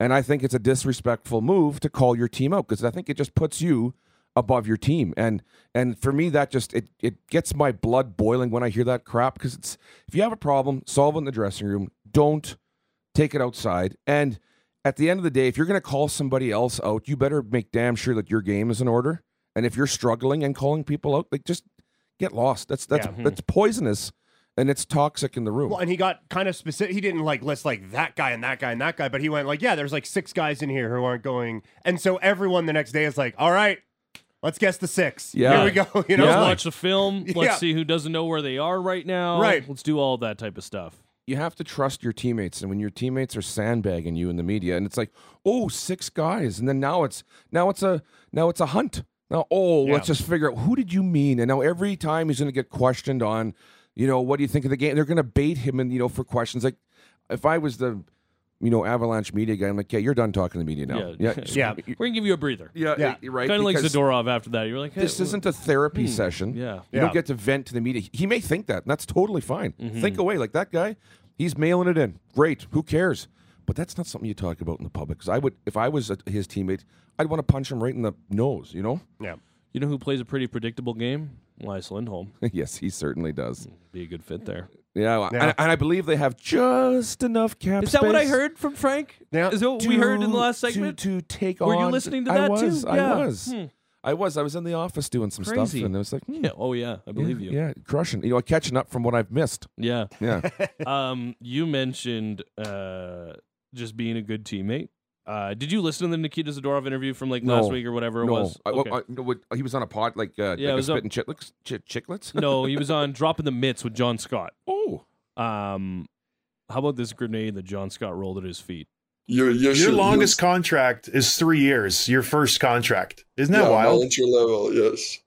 Speaker 4: And I think it's a disrespectful move to call your team out because I think it just puts you above your team. And and for me, that just it it gets my blood boiling when I hear that crap because it's if you have a problem, solve it in the dressing room. Don't take it outside. And at the end of the day, if you're going to call somebody else out, you better make damn sure that your game is in order. And if you're struggling and calling people out, like just get lost. That's that's
Speaker 3: Yeah.
Speaker 4: that's poisonous and it's toxic in the room.
Speaker 3: Well, and he got kind of specific. He didn't like list like that guy and that guy and that guy, but he went like, yeah, there's like six guys in here who aren't going, and so everyone the next day is like, all right, let's guess the six.
Speaker 4: Yeah.
Speaker 3: here we go. *laughs* You know,
Speaker 2: Let's
Speaker 4: Yeah.
Speaker 2: watch the film. Let's
Speaker 3: Yeah.
Speaker 2: see who doesn't know where they are right now.
Speaker 3: Right.
Speaker 2: Let's do all that type of stuff.
Speaker 4: you have to trust your teammates and when your teammates are sandbagging you in the media and it's like oh six guys and then now it's now it's a now it's a hunt now oh
Speaker 3: Yeah.
Speaker 4: let's just figure out who did you mean and now every time he's going to get questioned on you know what do you think of the game they're going to bait him and you know for questions like if i was the you know avalanche media guy i'm like yeah you're done talking to the media now
Speaker 2: Yeah. *laughs*
Speaker 4: just-
Speaker 3: Yeah.
Speaker 2: We're gonna give you a breather.
Speaker 4: yeah,
Speaker 3: Yeah.
Speaker 4: eh, right
Speaker 2: Kind of like
Speaker 4: because
Speaker 2: Zadorov after that. You're like, hey,
Speaker 4: this isn't a therapy session
Speaker 2: Hmm. yeah.
Speaker 4: you
Speaker 3: Yeah.
Speaker 4: don't get to vent to the media. He may think that, and that's totally fine.
Speaker 2: Mm-hmm.
Speaker 4: Think away. Like that guy, he's mailing it in. Great. Who cares? But that's not something you talk about in the public. Because I would, if I was a, his teammate, I'd want to punch him right in the nose. You know? *laughs*
Speaker 3: yeah.
Speaker 2: You know who plays a pretty predictable game? Elias Lindholm.
Speaker 4: yes, he certainly does.
Speaker 2: Be a good fit there.
Speaker 4: Yeah. well,
Speaker 3: Yeah.
Speaker 4: And, and I believe they have just enough cap.
Speaker 2: Is that what I
Speaker 4: space
Speaker 2: heard from Frank?
Speaker 3: Yeah.
Speaker 2: Is that what
Speaker 4: to-
Speaker 2: we heard in the last segment?
Speaker 4: to, to take
Speaker 2: Were
Speaker 4: on?
Speaker 2: you listening to
Speaker 4: I
Speaker 2: that too?
Speaker 4: was, I
Speaker 2: Yeah. Hmm.
Speaker 4: was. I was. I was in the office doing some
Speaker 2: Crazy.
Speaker 4: stuff, and I was like, hmm,
Speaker 2: Yeah. Oh yeah, I believe you.
Speaker 4: yeah, crushing. You know, catching up from what I've missed.
Speaker 2: Yeah.
Speaker 4: Yeah.
Speaker 2: um, you mentioned uh, just being a good teammate. Uh, did you listen to the Nikita Zadorov interview from like last
Speaker 4: No.
Speaker 2: week or whatever it
Speaker 4: no,
Speaker 2: was?
Speaker 4: I, well,
Speaker 2: Okay.
Speaker 4: I- *laughs* no, what- he was on a pod like uh,
Speaker 2: Yeah,
Speaker 4: like
Speaker 2: it
Speaker 4: a
Speaker 2: was on-
Speaker 4: spit and chitlets, chi-
Speaker 2: *laughs*
Speaker 4: chicklets.
Speaker 2: no, he was on Dropping the Mitts with John Scott.
Speaker 4: oh,
Speaker 2: Um, how about this grenade that John Scott rolled at his feet?
Speaker 5: Your your,
Speaker 6: Your longest contract is three years. Your first contract, isn't that
Speaker 5: yeah,
Speaker 6: wild?
Speaker 5: manager level, yes.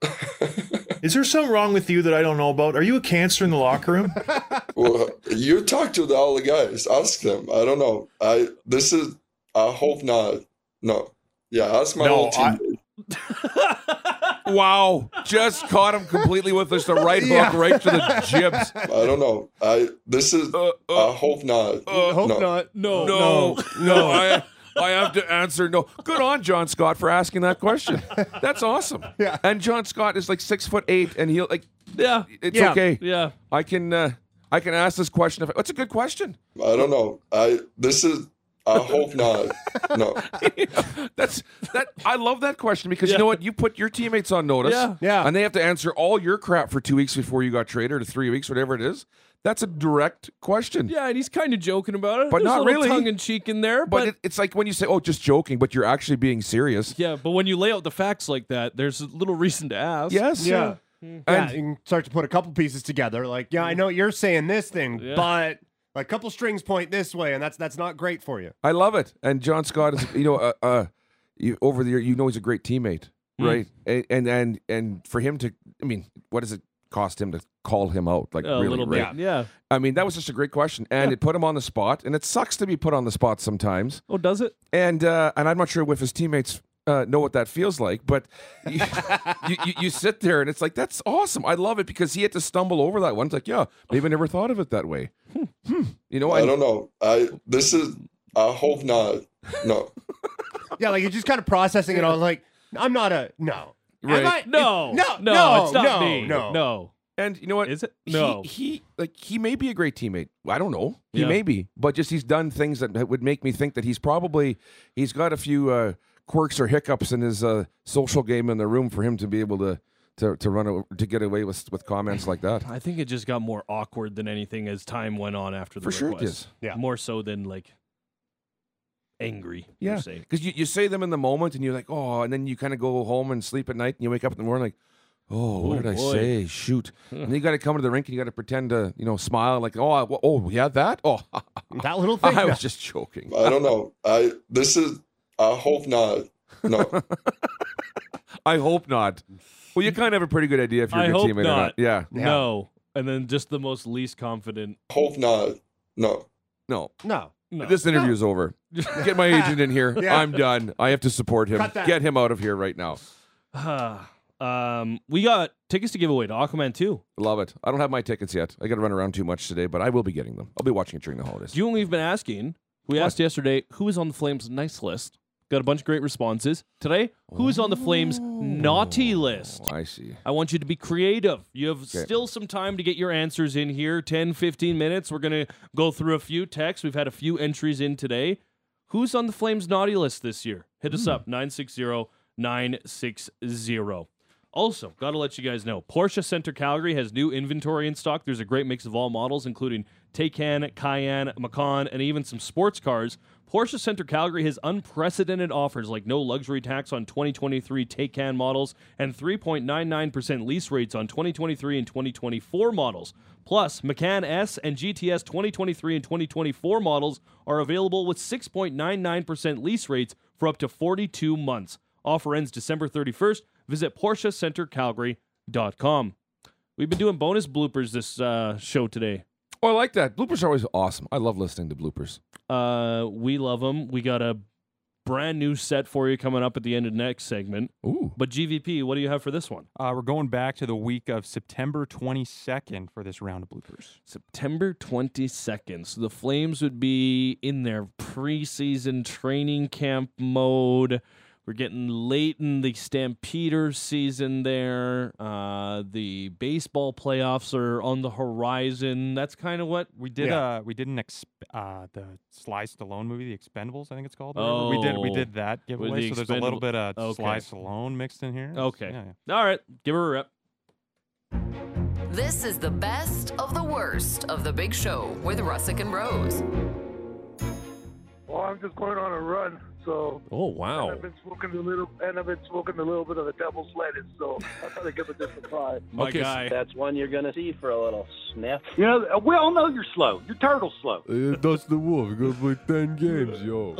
Speaker 5: *laughs*
Speaker 6: Is there something wrong with you that I don't know about? Are you a cancer in the locker *laughs* room?
Speaker 5: well, you talk to the, all the guys. Ask them. I don't know. I this is. I hope not. No. Yeah, ask my
Speaker 6: No,
Speaker 5: whole
Speaker 6: I-
Speaker 5: team.
Speaker 4: wow! Just caught him completely with just the right hook,
Speaker 3: Yeah.
Speaker 4: right to the jibs.
Speaker 5: I, don't know. I this is.
Speaker 4: Uh,
Speaker 5: I
Speaker 4: uh,
Speaker 5: hope not.
Speaker 3: Hope
Speaker 5: no.
Speaker 3: not.
Speaker 2: No,
Speaker 4: no, no, I, I have to answer no. Good on John Scott for asking that question. That's awesome.
Speaker 3: Yeah.
Speaker 4: And John Scott is like six foot eight, and he'll like
Speaker 2: Yeah,
Speaker 4: it's
Speaker 3: Yeah.
Speaker 4: okay.
Speaker 2: yeah.
Speaker 4: I can uh, I can ask this question. If that's a good question.
Speaker 5: I don't know. I this is. I hope not. No.
Speaker 6: *laughs*
Speaker 4: That's that. I love that question because
Speaker 2: Yeah.
Speaker 4: you know what? You put your teammates on notice.
Speaker 2: Yeah.
Speaker 3: Yeah.
Speaker 4: And they have to answer all your crap for two weeks before you got traded, or three weeks, whatever it is. That's a direct question.
Speaker 2: Yeah, and he's kind of joking about it,
Speaker 4: But
Speaker 2: There's
Speaker 4: not
Speaker 2: a little
Speaker 4: really.
Speaker 2: tongue in cheek in there.
Speaker 4: But
Speaker 2: But,
Speaker 4: it, it's like when you say, "Oh, just joking," but you're actually being serious.
Speaker 2: yeah, but when you lay out the facts like that, there's little reason to ask.
Speaker 4: Yes.
Speaker 3: Yeah. Yeah,
Speaker 4: And-
Speaker 3: you can start to put a couple pieces together. Like, yeah, I know you're saying this thing,
Speaker 2: Yeah.
Speaker 3: but a couple strings point this way, and that's that's not great for you.
Speaker 4: I love it. And John Scott is, you know, uh, uh, you, over
Speaker 2: Mm.
Speaker 4: the year, you know, he's a great teammate, right? And, and and and for him to, I mean, what is it? cost him to call him out like
Speaker 2: a
Speaker 4: really
Speaker 2: little
Speaker 4: right?
Speaker 2: bit. Yeah.
Speaker 4: I mean, that was just a great question, and it put him on the spot. And it sucks to be put on the spot sometimes.
Speaker 2: Oh, does it?
Speaker 4: And uh, and I'm not sure if his teammates uh, know what that feels like, but you, *laughs* you, you, you sit there and it's like that's awesome. I love it because he had to stumble over that one. It's like, yeah, maybe I never thought of it that way. Hmm. You know,
Speaker 5: I
Speaker 4: I,
Speaker 5: don't know. I this is. I hope not. No.
Speaker 3: Yeah, like you're just kind of processing it all. Like I'm not a no. Am
Speaker 4: Right.
Speaker 3: I-
Speaker 2: No.
Speaker 3: no,
Speaker 2: No.
Speaker 3: no,
Speaker 2: it's not
Speaker 3: no,
Speaker 2: me.
Speaker 3: no.
Speaker 2: No.
Speaker 4: and you know what?
Speaker 2: Is it?
Speaker 4: He-
Speaker 2: No.
Speaker 4: he, like he may be a great teammate. I don't know. He
Speaker 2: Yeah.
Speaker 4: may be, but just he's done things that that would make me think that he's probably he's got a few uh, quirks or hiccups in his uh, social game in the room for him to be able to to, to run a, to get away with with comments like that.
Speaker 2: I think it just got more awkward than anything as time went on after the
Speaker 4: For sure it
Speaker 2: request.
Speaker 3: did. Yeah.
Speaker 2: More so than like angry. per
Speaker 4: Yeah,
Speaker 2: se.
Speaker 4: because you, you say them in the moment and you're like, oh, and then you kind of go home and sleep at night and you wake up in the morning like, oh, what
Speaker 2: Oh,
Speaker 4: did I
Speaker 2: boy.
Speaker 4: say? Shoot! and then you got to come to the rink and you got to pretend to you know smile like, oh, I, oh yeah, that oh, *laughs*
Speaker 3: That little thing.
Speaker 4: I
Speaker 3: no.
Speaker 4: was just joking.
Speaker 5: I don't know. I this is. I hope not.
Speaker 6: *laughs*
Speaker 5: No.
Speaker 4: I hope not. Well, you kind of have a pretty good idea if you're
Speaker 2: I
Speaker 4: a good
Speaker 2: hope
Speaker 4: teammate or not.
Speaker 2: not.
Speaker 4: Yeah.
Speaker 3: Yeah.
Speaker 2: No. And then just the most least confident.
Speaker 5: Hope not. No.
Speaker 4: No.
Speaker 3: no.
Speaker 2: No.
Speaker 4: This interview's over. Get my agent
Speaker 7: *laughs*
Speaker 4: in here.
Speaker 3: Yeah.
Speaker 4: I'm done. I have to support him.
Speaker 3: Cut that.
Speaker 4: Get him out of here right now.
Speaker 2: *sighs* um, we got tickets to give away to Aquaman 2.
Speaker 4: Love it. I don't have my tickets yet. I got to run around too much today, but I will be getting them. I'll be watching it during the holidays.
Speaker 2: You and we've been asking. We asked yesterday who is on the Flames' nice list. Got a bunch of great responses. Today, who is on the Flames' naughty list?
Speaker 4: I see.
Speaker 2: I want you to be creative. You have still some time to get your answers in here 10, 15 minutes. We're going to go through a few texts. We've had a few entries in today. Who's on the Flames naughty list this year? Hit us up 960 960. Also, got to let you guys know Porsche Center Calgary has new inventory in stock. There's a great mix of all models, including Taycan, Cayenne, Macan, and even some sports cars. Porsche Center Calgary has unprecedented offers like no luxury tax on 2023 Taycan models and 3.99% lease rates on 2023 and 2024 models. Plus, Macan S and GTS 2023 and 2024 models are available with 6.99% lease rates for up to 42 months. Offer ends December 31st. Visit PorscheCenterCalgary.com. We've been doing bonus bloopers this uh, show today.
Speaker 4: Oh, I like that. Bloopers are always awesome. I love listening to bloopers.
Speaker 2: Uh, we love them. We got a brand new set for you coming up at the end of next segment.
Speaker 4: Ooh.
Speaker 2: But GVP, what do you have for this one?
Speaker 8: Uh, we're going back to the week of September 22nd for this round of bloopers.
Speaker 2: September 22nd. So the Flames would be in their preseason training camp mode. We're getting late in the Stampeder season there. Uh, the baseball playoffs are on the horizon. That's kind of what
Speaker 8: We did
Speaker 3: Yeah.
Speaker 8: uh we did an exp- uh the Sly Stallone movie, The Expendables, I think it's called. or whatever. we did we
Speaker 2: Oh,
Speaker 8: did that giveaway.
Speaker 2: The
Speaker 8: So there's a little
Speaker 2: Expendable-
Speaker 8: bit of
Speaker 2: okay.
Speaker 8: Sly Stallone mixed in here. It's-
Speaker 2: Okay.
Speaker 8: yeah, yeah.
Speaker 2: All right, give her a rep.
Speaker 9: This is the best of the worst of the big show with Russick and Rose.
Speaker 10: Well, I'm just going on a run, so
Speaker 2: Oh wow.
Speaker 10: I've been smoking a little, and I've been smoking a little bit of the devil's lettuce, so I thought I'd give a different vibe.
Speaker 2: My
Speaker 4: Okay, so-
Speaker 2: guy.
Speaker 11: That's one you're going to see for a little sniff.
Speaker 10: You know, we all know you're slow. You're turtle slow.
Speaker 4: Uh, that's the wolf. We're going to play 10 games, yo.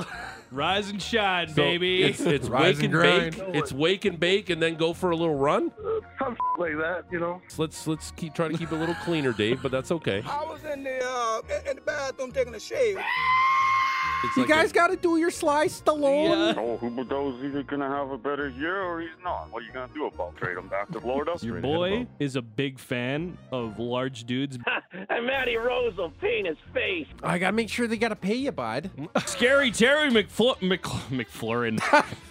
Speaker 2: Rise and shine, baby.
Speaker 7: It's, it's
Speaker 4: Rise
Speaker 7: wake and,
Speaker 4: and
Speaker 7: bake. It's wake and bake, and then go for a little run.
Speaker 10: Uh, Some like that, you know.
Speaker 7: So let's let's keep try to keep it a little cleaner, Dave. But that's okay.
Speaker 11: *laughs* I was in the, uh, in the bathroom taking a shave.
Speaker 7: It's
Speaker 4: You
Speaker 7: like
Speaker 4: guys got to do your Sly Stallone.
Speaker 2: Yeah.
Speaker 10: Oh, Huberto's either going to have a better year or he's not. What are you going to do about trade him back to Florida?
Speaker 2: Your boy is a big fan of large *laughs* dudes.
Speaker 11: and Matty Rose will paint his face.
Speaker 7: I gotta make sure they gotta pay you, bud.
Speaker 2: Scary Terry McFl-
Speaker 7: *laughs*
Speaker 2: Mc- McFlurrin.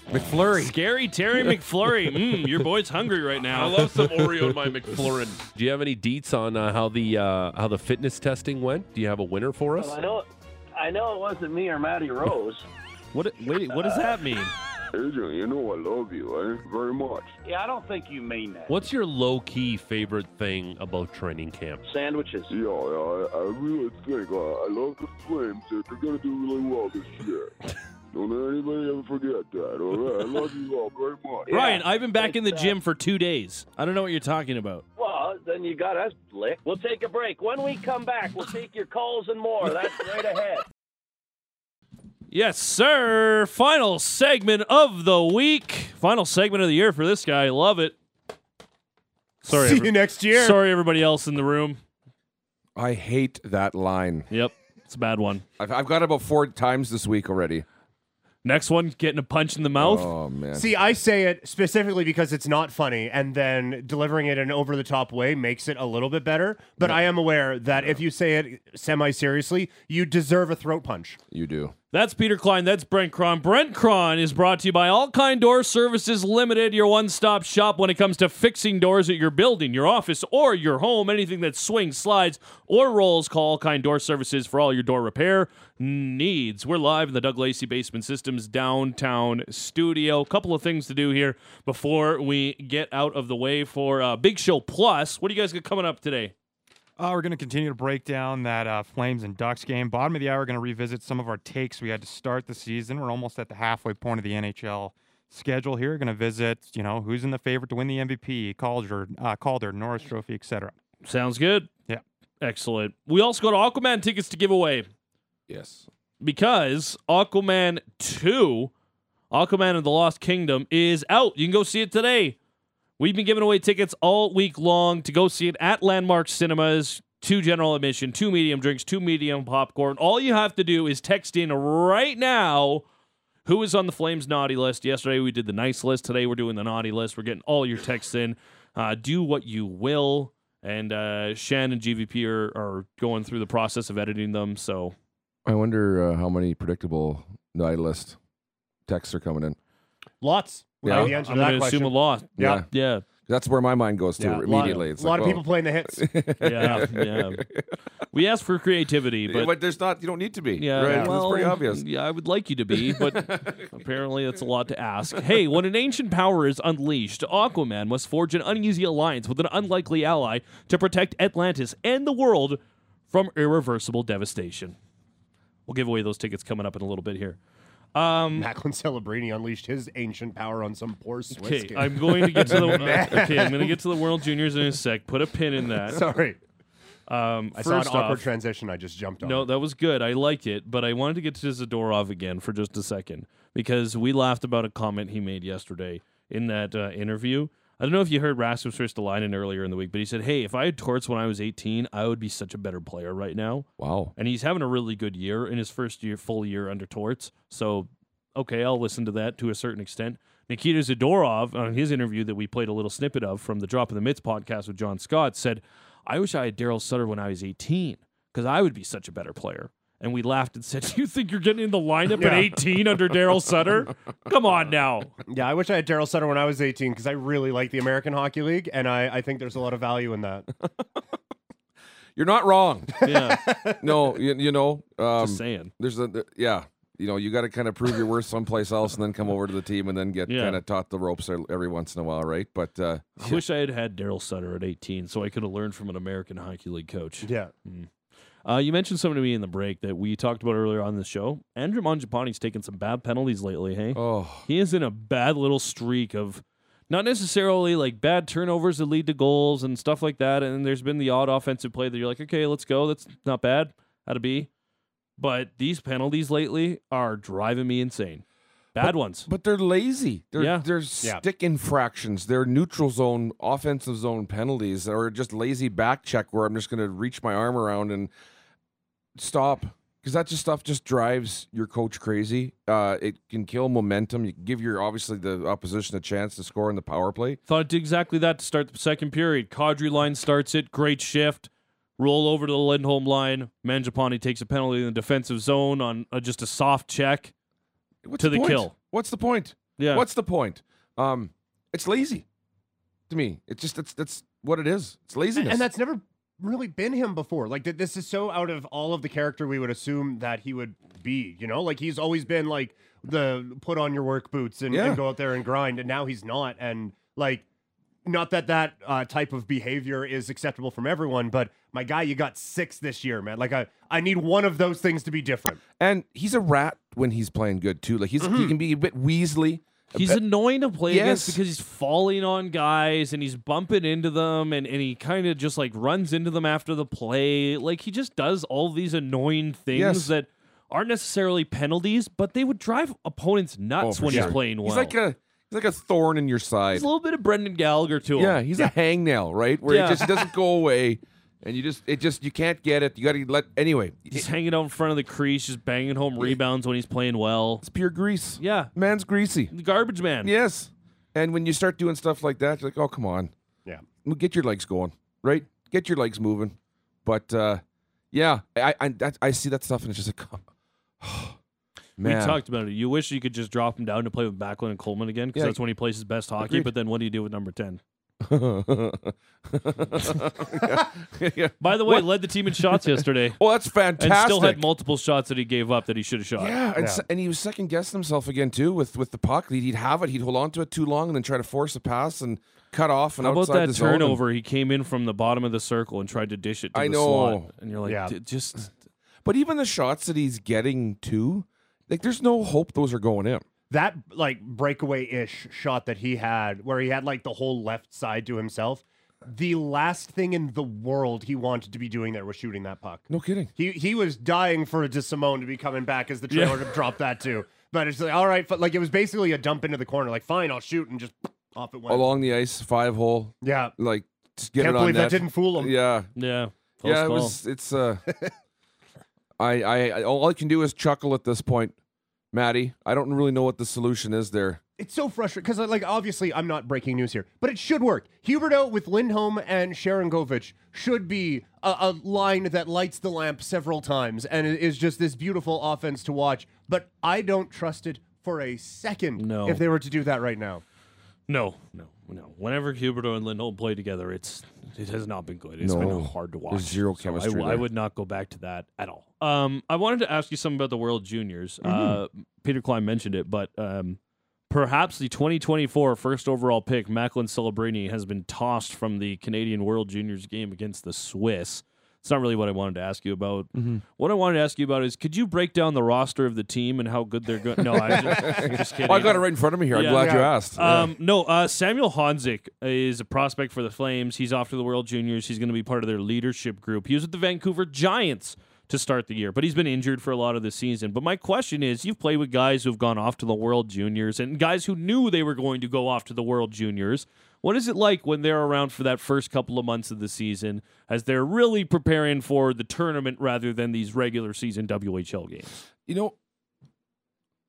Speaker 4: McFlurry.
Speaker 2: Scary Terry McFlurry. Mm, your boy's hungry
Speaker 7: I
Speaker 2: right now.
Speaker 7: love some Oreo in my McFlurrin. Do you have any deets on uh, how the uh, how the fitness testing went? Do you have a winner for us?
Speaker 11: Well, I know, I know it wasn't me or Matty Rose.
Speaker 2: What? Wait, what does that mean?
Speaker 10: Adrian, you know I love you, eh? Very much.
Speaker 11: yeah, I don't think you mean that.
Speaker 7: What's your low key favorite thing about training camp?
Speaker 11: Sandwiches.
Speaker 10: Yeah, yeah I, I really think uh, I love the Flames. They're going to do really well this year. *laughs* Don't let anybody ever forget that, all right? I love you all very much.
Speaker 2: Ryan, I've been back in the
Speaker 11: It's, uh,
Speaker 2: gym for two days. I don't know what you're talking about.
Speaker 11: Well, then you got us licked. We'll take a break. When we come back, we'll take your calls and more. That's right *laughs* ahead.
Speaker 2: Yes, sir. Final segment of the week. Final segment of the year for this guy. Love it. Sorry.
Speaker 3: See
Speaker 2: every-
Speaker 3: you next year.
Speaker 2: Sorry, everybody else in the room.
Speaker 4: I hate that line.
Speaker 2: Yep, it's a bad one.
Speaker 4: I've, I've got it about four times this week already.
Speaker 2: Next one, getting a punch in the mouth.
Speaker 4: Oh man.
Speaker 3: See, I say it specifically because it's not funny, and then delivering it in an over the top way makes it a little bit better. But I am aware that if you say it semi seriously, you deserve a throat punch.
Speaker 4: you do.
Speaker 2: That's Peter Klein. That's Brent Cron. Brent Cron is brought to you by All Kind Door Services Limited, your one stop shop when it comes to fixing doors at your building, your office, or your home. Anything that swings, slides, or rolls, call All Kind Door Services for all your door repair needs. We're live in the Doug Lacey Basement Systems downtown studio. couple of things to do here before we get out of the way for uh, Big Show Plus. What do you guys got coming up today?
Speaker 8: Uh, we're going to continue to break down that uh, Flames and Ducks game. Bottom of the hour, going to revisit some of our takes we had to start the season. We're almost at the halfway point of the NHL schedule here. Going to visit, you know, who's in the favorite to win the MVP, Calder, uh, Calder Norris Trophy, etc.
Speaker 2: Sounds good.
Speaker 8: Yeah.
Speaker 2: Excellent. We also got Aquaman tickets to give away.
Speaker 4: Yes.
Speaker 2: because Aquaman 2, Aquaman and the Lost Kingdom, is out. You can go see it today. We've been giving away tickets all week long to go see it at Landmark Cinemas. Two general admission, two medium drinks, two medium popcorn. All you have to do is text in right now who is on the Flames naughty list. Yesterday we did the nice list. Today we're doing the naughty list. We're getting all your texts in. Uh, do what you will. And uh, Shan and GVP are, are going through the process of editing them. So
Speaker 4: I wonder uh, how many predictable naughty list texts are coming in.
Speaker 3: Lots. Would
Speaker 4: Yeah.
Speaker 3: be the answer
Speaker 2: I'm
Speaker 3: to
Speaker 2: going
Speaker 3: that
Speaker 2: to
Speaker 3: question.
Speaker 2: assume a loss.
Speaker 4: Yeah.
Speaker 2: Yeah.
Speaker 4: That's where my mind goes to
Speaker 2: Yeah, a lot of-
Speaker 4: immediately. it's
Speaker 3: a lot
Speaker 4: like, oh.
Speaker 3: of people
Speaker 4: well,
Speaker 3: playing the
Speaker 4: *laughs*
Speaker 3: hits.
Speaker 2: Yeah. Yeah. We ask for creativity,
Speaker 4: But,
Speaker 2: but.
Speaker 4: there's not. You don't need to be.
Speaker 2: yeah,
Speaker 4: right?
Speaker 2: well,
Speaker 4: it's pretty obvious.
Speaker 2: Yeah, I would like you to be,
Speaker 4: *laughs*
Speaker 2: but apparently it's a lot to ask. Hey, when an ancient power is unleashed, Aquaman must forge an uneasy alliance with an unlikely ally to protect Atlantis and the world from irreversible devastation. We'll give away those tickets coming up in a little bit here. Um,
Speaker 3: Macklin Celebrini unleashed his ancient power on some poor Swiss
Speaker 2: okay,
Speaker 3: kid.
Speaker 2: I'm going to get to the *laughs* okay. I'm going to get to the World Juniors in a sec. Put a pin in that.
Speaker 3: *laughs* Sorry.
Speaker 2: Um,
Speaker 3: I
Speaker 2: first
Speaker 3: saw an awkward
Speaker 2: off-
Speaker 3: transition. I just jumped on.
Speaker 2: No, that was good. I like it, but I wanted to get to Zadorov again for just a second because we laughed about a comment he made yesterday in that uh, interview. I don't know if you heard Rasmus Ristolainen earlier in the week, but he said, "Hey, if I had torts when I was 18, I would be such a better player right now."
Speaker 4: Wow.
Speaker 2: And he's having a really good year in his first year, full year under torts. So, okay, I'll listen to that to a certain extent. Nikita Zadorov, on his interview that we played a little snippet of from the Drop of the Mitts podcast with John Scott, said, I wish I had Daryl Sutter when I was 18 because I would be such a better player. And we laughed and *laughs* said, You think you're getting in the lineup at
Speaker 3: Yeah.
Speaker 2: 18 under Daryl Sutter? Come on now.
Speaker 3: Yeah, I wish I had Daryl Sutter when I was 18 because I really like the American Hockey League, and I, I think there's a lot of value in
Speaker 4: *laughs*
Speaker 3: that.
Speaker 4: You're
Speaker 2: *laughs*
Speaker 4: not wrong.
Speaker 2: Yeah,
Speaker 4: no, you, you know, um,
Speaker 2: just saying.
Speaker 4: there's a there- yeah. You know, you got to kind of prove your worth someplace else, and then come over to the team, and then get
Speaker 2: Yeah. Oh.
Speaker 4: kind of taught the ropes e-, every once in a while, right? But uh,
Speaker 2: I wish I had had Daryl Sutter at 18 so I could have learned from an American Hockey League coach.
Speaker 3: Yeah.
Speaker 2: Uh, you mentioned something to me in the break that we talked about earlier on the show. Andrew Mangiapane's taken some bad penalties lately, hey?
Speaker 4: oh,
Speaker 2: He is in a bad little streak of not necessarily like bad turnovers that lead to goals and stuff like that. And there's been the odd offensive play that you're like, okay, let's go. That's not bad. That'd be. But these penalties lately are driving me insane. Bad ones.
Speaker 4: But they're lazy. They're,
Speaker 2: Yeah.
Speaker 4: they're
Speaker 3: Yeah.
Speaker 4: stick infractions. They're neutral zone, offensive zone penalties, or just lazy back check where I'm just going to reach my arm around and stop. Because that just stuff just drives your coach crazy. Uh, it can kill momentum. You can give your obviously the opposition a chance to score in the power play.
Speaker 2: Thought it did exactly that to start the second period. Kadri line starts it. Great shift. Roll over to the Lindholm line. Mangiapane takes a penalty in the defensive zone on uh, just a soft check.
Speaker 4: What's
Speaker 2: To the
Speaker 4: point?
Speaker 2: kill.
Speaker 4: What's the point?
Speaker 2: Yeah.
Speaker 4: What's the point? Um, it's lazy to me. It's just that's that's what it is. It's laziness.
Speaker 3: And, and that's never really been him before. Like th- this is so out of all of the character we would assume that he would be. You know, like he's always been like the put on your work boots and, and
Speaker 4: Yeah.
Speaker 3: go out there and grind, and now he's not. And like, not that that uh, type of behavior is acceptable from everyone, but my guy, you got six this year, man. Like I, I need one of those things to be different.
Speaker 4: and he's a rat when he's playing good too. Like he's he can be a bit weaselly. a
Speaker 2: He's
Speaker 4: bit-
Speaker 2: annoying to play against
Speaker 4: Yes.
Speaker 2: because he's falling on guys and he's bumping into them and, and he kind of just like runs into them after the play. Like he just does all these annoying things
Speaker 4: Yes.
Speaker 2: that aren't necessarily penalties, but they would drive opponents nuts
Speaker 4: Oh, for
Speaker 2: when
Speaker 4: sure.
Speaker 2: he's playing well.
Speaker 4: He's like a He's like a thorn in your side.
Speaker 2: There's a little bit of Brendan Gallagher to him.
Speaker 4: Yeah, he's a hangnail, right? Where
Speaker 2: Yeah.
Speaker 4: it just doesn't go away, and you just it just you can't get it. You got to let anyway.
Speaker 2: He's hanging out in front of the crease, just banging home rebounds when he's playing well. It's
Speaker 4: pure grease.
Speaker 2: Yeah.
Speaker 4: Man's greasy.
Speaker 2: The garbage man.
Speaker 4: Yes, and when you start doing stuff like that, you're like, oh come on,
Speaker 3: Yeah.
Speaker 4: Well, get your legs going, right? Get your legs moving. But uh, yeah, I I, that, I see that stuff, and it's just like, *sighs* man.
Speaker 2: We talked about it. You wish you could just drop him down to play with Backlund and Coleman again because
Speaker 4: Yeah.
Speaker 2: that's when he plays his best hockey.
Speaker 4: Agreed.
Speaker 2: But then what do you do with number
Speaker 4: *laughs*
Speaker 2: 10?
Speaker 4: Yeah.
Speaker 2: By the way,
Speaker 4: What?
Speaker 2: led the team in
Speaker 4: *laughs*
Speaker 2: shots yesterday.
Speaker 4: Well, that's
Speaker 2: And still had
Speaker 4: fantastic.
Speaker 2: multiple shots that he gave up that he should have shot.
Speaker 4: Yeah, and, se- and he was second guessing himself again too with with the puck. He'd, he'd have it, he'd hold on to it too long, and then try to force a pass and cut off and
Speaker 2: How about
Speaker 4: outside
Speaker 2: that
Speaker 4: the zone and-
Speaker 2: turnover? He came in from the bottom of the circle and tried to dish it to
Speaker 4: I
Speaker 2: the
Speaker 4: know,
Speaker 2: slot. And you're like, "D- just.
Speaker 4: But even the shots that he's getting too, like there's no hope those are going in.
Speaker 3: that like breakaway ish shot that he had, where he had like the whole left side to himself, the last thing in the world he wanted to be doing there was shooting that puck.
Speaker 4: No kidding.
Speaker 3: He he was dying for a DeSimone to be coming back as the
Speaker 4: Yeah.
Speaker 3: trailer to drop that too. But it's like all right, but like it was basically a dump into the corner. Like fine, I'll shoot and just *laughs* off it went.
Speaker 4: along the ice, five hole.
Speaker 3: Yeah.
Speaker 4: like just get
Speaker 3: Can't
Speaker 4: it on
Speaker 3: believe that
Speaker 4: net.
Speaker 3: didn't fool 'em.
Speaker 4: Yeah,
Speaker 2: Yeah. False
Speaker 4: yeah. It
Speaker 2: call.
Speaker 4: was. It's. Uh, *laughs* I, I, I. All I can do is chuckle at this point, Maddie. I don't really know what the solution is there.
Speaker 3: It's so frustrating because, like, obviously, I'm not breaking news here, but it should work. Huberto with Lindholm and Sharon Govich should be a, a line that lights the lamp several times and it is just this beautiful offense to watch. But I don't trust it for a second
Speaker 2: No.
Speaker 3: if they were to do that right now.
Speaker 2: No, no, no. Whenever Huberto and Lindholm play together, it's it has not been good. It's
Speaker 4: No,
Speaker 2: been hard to
Speaker 4: there's
Speaker 2: watch.
Speaker 4: zero
Speaker 2: So I
Speaker 4: chemistry
Speaker 2: w- I,
Speaker 4: there.
Speaker 2: would not go back to that at all. Um, I wanted to ask you something about the World Juniors. Uh,
Speaker 4: Mm-hmm.
Speaker 2: Peter Klein mentioned it, but um, perhaps the 2024 first overall pick, Macklin Celebrini, has been tossed from the Canadian World Juniors game against the Swiss. It's not really what I wanted to ask you about.
Speaker 4: Mm-hmm.
Speaker 2: What I wanted to ask you about is, could you break down the roster of the team and how good they're going? No, I just,
Speaker 4: *laughs*
Speaker 2: just kidding.
Speaker 4: Oh, I got it right in front of me here. I'm glad you asked.
Speaker 2: Um, No, uh, Samuel Honzik is a prospect for the Flames. He's off to the World Juniors. He's going to be part of their leadership group. He was with the Vancouver Giants to start the year, but he's been injured for a lot of the season. But my question is you've played with guys who've gone off to the World Juniors and guys who knew they were going to go off to the World Juniors. What is it like when they're around for that first couple of months of the season as they're really preparing for the tournament rather than these regular season WHL games?
Speaker 4: You know,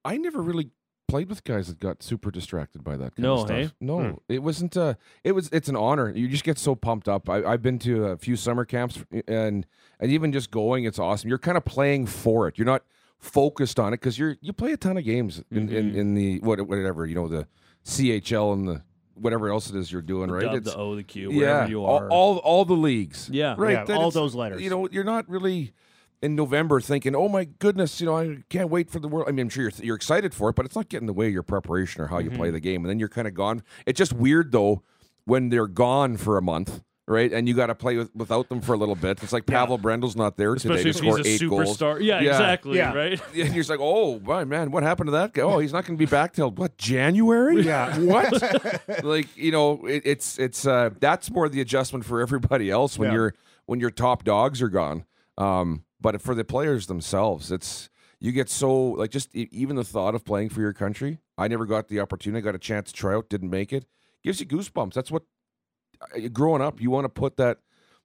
Speaker 4: I never really played with guys that got super distracted by that kind
Speaker 2: No,
Speaker 4: of stuff.
Speaker 2: hey?
Speaker 4: No,
Speaker 2: Hmm.
Speaker 4: it wasn't. Uh, it was. It's an honor. You just get so pumped up. I, I've been to a few summer camps, and and even just going, it's awesome. You're kind of playing for it. You're not focused on it because you're you play a ton of games in,
Speaker 2: Mm-hmm.
Speaker 4: in, in the what whatever you know the CHL and the whatever else it is you're doing right.
Speaker 2: dub,
Speaker 4: It's-
Speaker 2: the O, the Q, wherever
Speaker 4: yeah,
Speaker 2: you
Speaker 4: all-
Speaker 2: are.
Speaker 4: All, all the leagues.
Speaker 2: Yeah.
Speaker 4: right.
Speaker 2: Yeah,
Speaker 4: that
Speaker 2: all
Speaker 4: it's-
Speaker 2: those letters.
Speaker 4: You know, you're not really in November thinking, "Oh my goodness, you know, I can't wait for the world." I mean, I'm sure you're, you're excited for it, but it's not getting in the way of your preparation or how you
Speaker 2: Mm-hmm.
Speaker 4: play the game, and then you're kind of gone. It's just weird though when they're gone for a month. Right, and you got to play with, without them for a little bit. It's like Pavel Brendel's not there today
Speaker 2: Especially
Speaker 4: to
Speaker 2: if
Speaker 4: score
Speaker 2: he's a
Speaker 4: eight goals.
Speaker 2: superstar. Yeah, exactly, Yeah. right?
Speaker 4: *laughs* And you're just like, oh my man, what happened to that guy? Oh, he's not going to be back till what
Speaker 3: *laughs*
Speaker 4: January?
Speaker 3: Yeah. *laughs*
Speaker 4: what? like you know it, it's it's uh that's more the adjustment for everybody else when
Speaker 3: Yeah.
Speaker 4: your when your top dogs are gone um but for the players themselves it's you get so like just e- even the thought of playing for your country i never got the opportunity i got a chance to try out didn't make it gives you goosebumps that's what uh, growing up you want to put that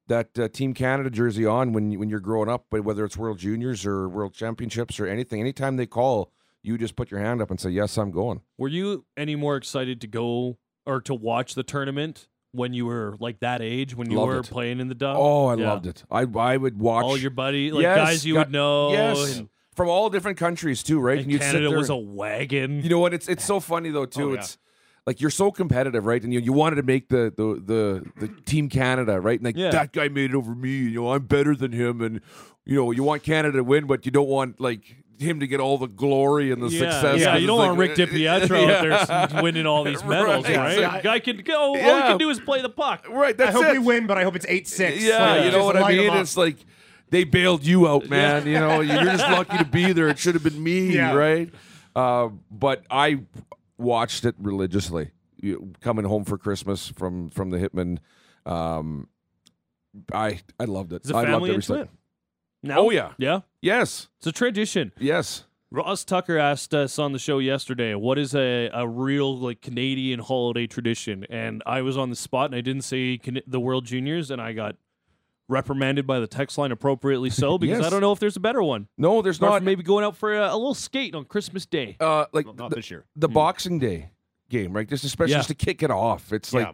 Speaker 4: that uh, team canada jersey on when you, when you're growing up but whether it's world juniors or world championships or anything anytime they call you just put your hand up and say yes i'm going
Speaker 2: *laughs* Were you any more excited to go or to watch the tournament when you were like that age when you
Speaker 4: Loved
Speaker 2: were
Speaker 4: it.
Speaker 2: playing in the dub?
Speaker 4: Oh, I
Speaker 2: Yeah.
Speaker 4: loved it. I I would watch
Speaker 2: All your buddy- like, guys you would know
Speaker 4: Yes,
Speaker 2: and-
Speaker 4: from all different countries too, right?
Speaker 2: And Canada was a wagon.
Speaker 4: You know what? It's it's so funny though too.
Speaker 2: Oh, yeah.
Speaker 4: It's like you're so competitive, right? And you you wanted to make the the the, the team Canada, right? And like
Speaker 2: Yeah.
Speaker 4: that guy made it over me. You know, I'm better than him, and you know you want Canada to win, but you don't want like. Him to get all the glory and the
Speaker 2: Yeah,
Speaker 4: success.
Speaker 2: yeah,
Speaker 4: 'cause
Speaker 2: you
Speaker 4: it's
Speaker 2: don't
Speaker 4: like-
Speaker 2: want
Speaker 4: *laughs*
Speaker 2: Rick DiPietro out there
Speaker 4: Yeah.
Speaker 2: winning all these medals,
Speaker 4: Right.
Speaker 2: right?
Speaker 4: Yeah.
Speaker 2: Guy can go. All he
Speaker 4: Yeah.
Speaker 2: can do is play the puck.
Speaker 4: *laughs* Right.
Speaker 3: I hope we win, but I hope it's eight six.
Speaker 4: Yeah, you know what I mean? It's like they bailed you out, man. You know, you're just lucky to be there. It should have been
Speaker 3: *laughs*
Speaker 4: me,
Speaker 3: Yeah.
Speaker 4: right? Uh, but I watched it religiously. You, coming home for Christmas from from the Hitman, um, I I loved it.
Speaker 2: Is the
Speaker 4: I loved
Speaker 2: family
Speaker 4: every
Speaker 2: into
Speaker 4: second.
Speaker 2: it? Now?
Speaker 4: Oh yeah,
Speaker 2: Yeah.
Speaker 4: yes.
Speaker 2: It's a tradition.
Speaker 4: Yes.
Speaker 2: Ross Tucker asked us on the show yesterday, what is a, a real like Canadian holiday tradition? And I was on the spot and I didn't say Can- the World Juniors and I got reprimanded by the text line appropriately
Speaker 4: *laughs*
Speaker 2: so because I
Speaker 4: Yes.
Speaker 2: don't know if there's a better one.
Speaker 4: No, there's
Speaker 2: Apart
Speaker 4: not.
Speaker 2: from maybe going out for a, a little skate on Christmas Day.
Speaker 4: Uh, like
Speaker 2: not
Speaker 4: the,
Speaker 2: this year. Hmm.
Speaker 4: the Boxing Day game, right? Just especially
Speaker 2: Yeah.
Speaker 4: just to kick it off. It's like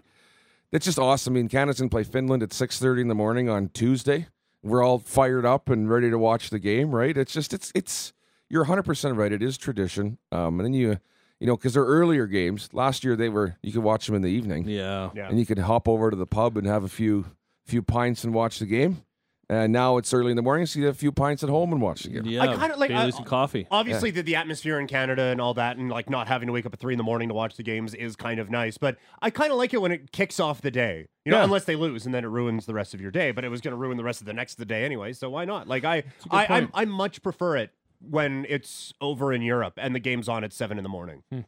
Speaker 4: it's just awesome. I mean, Canada's gonna play Finland at six thirty in the morning on Tuesday. We're all fired up and ready to watch the game, right? It's just it's it's you're 100 percent right. It is tradition. Um, and then you you know because they're earlier games. Last year they were you could watch them in the evening.
Speaker 2: Yeah,
Speaker 3: yeah.
Speaker 4: And you could hop over to the pub and have a few few pints and watch the game. And now it's early in the morning, so you have a few pints at home and watch the game.
Speaker 2: Yeah,
Speaker 3: I kinda like- Baileys I-
Speaker 2: some coffee.
Speaker 3: Obviously, the, the atmosphere in Canada and all that, and like not having to wake up at three in the morning to watch the games is kind of nice. But I kind of like it when it kicks off the day, you know,
Speaker 4: Yeah.
Speaker 3: unless they lose and then it ruins the rest of your day. But it was going to ruin the rest of the next of the day anyway, so why not? Like I,
Speaker 2: a good
Speaker 3: I, I'm-
Speaker 2: point.
Speaker 3: I, much prefer it when it's over in Europe and the game's on at seven in the morning.
Speaker 2: Hmm.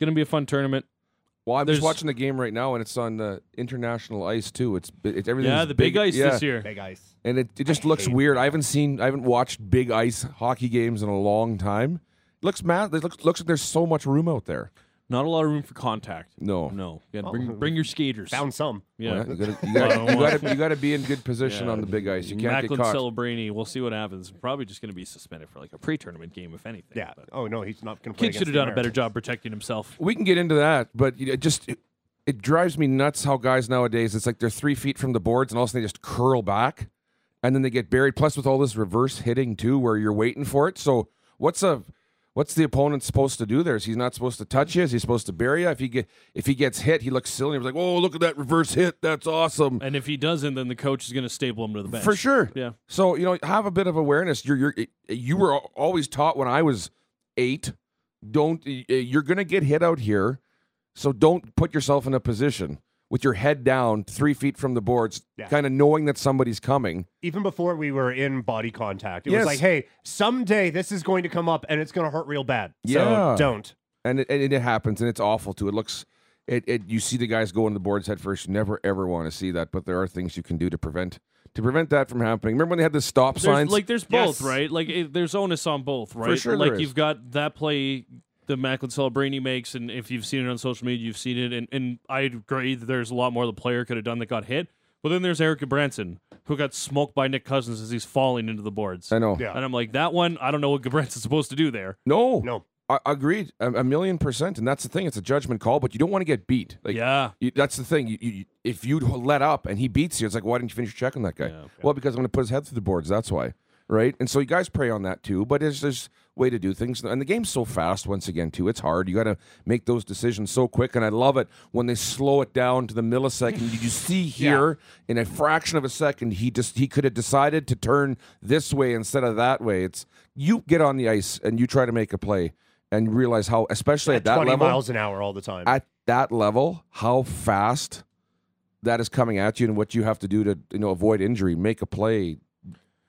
Speaker 2: Gonna be a fun tournament.
Speaker 4: Well, I'm
Speaker 2: There's-
Speaker 4: just watching the game right now, and it's on uh, international ice too. It's it's everything.
Speaker 2: Yeah, the big ice this year.
Speaker 3: Big ice.
Speaker 4: and it, it just looks weird. I haven't seen, I haven't watched big ice hockey games in a long time. It looks mad. It looks, looks like there's so much room out there.
Speaker 2: Not a lot of room for contact.
Speaker 4: No,
Speaker 2: No, you gotta bring bring your skaters.
Speaker 3: Found some.
Speaker 2: Yeah,
Speaker 4: Well,
Speaker 2: *laughs*
Speaker 4: you gotta, you gotta, you gotta, you gotta be in good position on the big ice. You can't
Speaker 2: Macklin
Speaker 4: get caught.
Speaker 2: Celebrini. We'll see what happens. Probably just going to be suspended for like a pre-tournament game, if anything.
Speaker 3: Yeah.
Speaker 2: But
Speaker 3: Oh no, he's not going to play.
Speaker 2: Kid should have
Speaker 3: against the
Speaker 2: done a better
Speaker 3: Americans.
Speaker 2: job protecting himself.
Speaker 4: We can get into that, but you know, it just it, it drives me nuts how guys nowadays it's like they're three feet from the boards and all of a sudden they just curl back, and then they get buried. Plus, with all this reverse hitting too, where you're waiting for it. So what's a what's the opponent supposed to do there? Is he not supposed to touch you? Is he supposed to bury you? If he get if he gets hit, he looks silly. He's like, "Oh, look at that reverse hit! That's awesome."
Speaker 2: And if he doesn't, then the coach is going to staple him to the bench
Speaker 4: For sure.
Speaker 2: Yeah.
Speaker 4: So you know, have a bit of awareness. You're you're you were al- always taught when I was eight, don't you're gonna get hit out here, so don't put yourself in a position with your head down three feet from the boards,
Speaker 3: Yeah.
Speaker 4: kind of knowing that somebody's coming.
Speaker 3: Even before we were in body contact, it was
Speaker 4: Yes.
Speaker 3: like, hey, someday this is going to come up and it's going to hurt real bad.
Speaker 4: Yeah.
Speaker 3: So don't.
Speaker 4: and it, and it happens, and it's awful too. It looks, it, it you see the guys go into the boards head first. You never ever want to see that, but there are things you can do to prevent to prevent that from happening. Remember when they had the stop
Speaker 2: There's-
Speaker 4: signs?
Speaker 2: Like there's
Speaker 4: Yes.
Speaker 2: both, right? Like it, there's onus on both, right?
Speaker 4: sure
Speaker 2: Like
Speaker 4: there is.
Speaker 2: you've got that play that Macklin Celebrini makes, and if you've seen it on social media, you've seen it. And and I agree that there's a lot more the player could have done that got hit. But then there's Eric Branson who got smoked by Nick Cousins as he's falling into the boards.
Speaker 4: I know.
Speaker 3: Yeah.
Speaker 2: And I'm like, that one, I don't know what Branson's supposed to do there.
Speaker 4: No,
Speaker 3: No.
Speaker 4: I agreed a, a million percent, and that's the thing. It's a judgment call, but you don't want to get beat. Like,
Speaker 2: Yeah.
Speaker 4: you, that's the thing. You, you, if you let up and he beats you, it's like, why didn't you finish your check on that guy? Well, because I'm going to put his head through the boards. That's why, right? And so you guys prey on that too. But it's there's way to do things, and the game's so fast. Once again, too, it's hard. You got to make those decisions so quick, and I love it when they slow it down to the millisecond. you you see here in a fraction of a second, he just he could have decided to turn this way instead of that way. It's you get on the ice and you try to make a play. And realize how, especially at, that
Speaker 3: 20
Speaker 4: level,
Speaker 3: miles an hour all the time.
Speaker 4: at that level, how fast that is coming at you and what you have to do to you know avoid injury, make a play.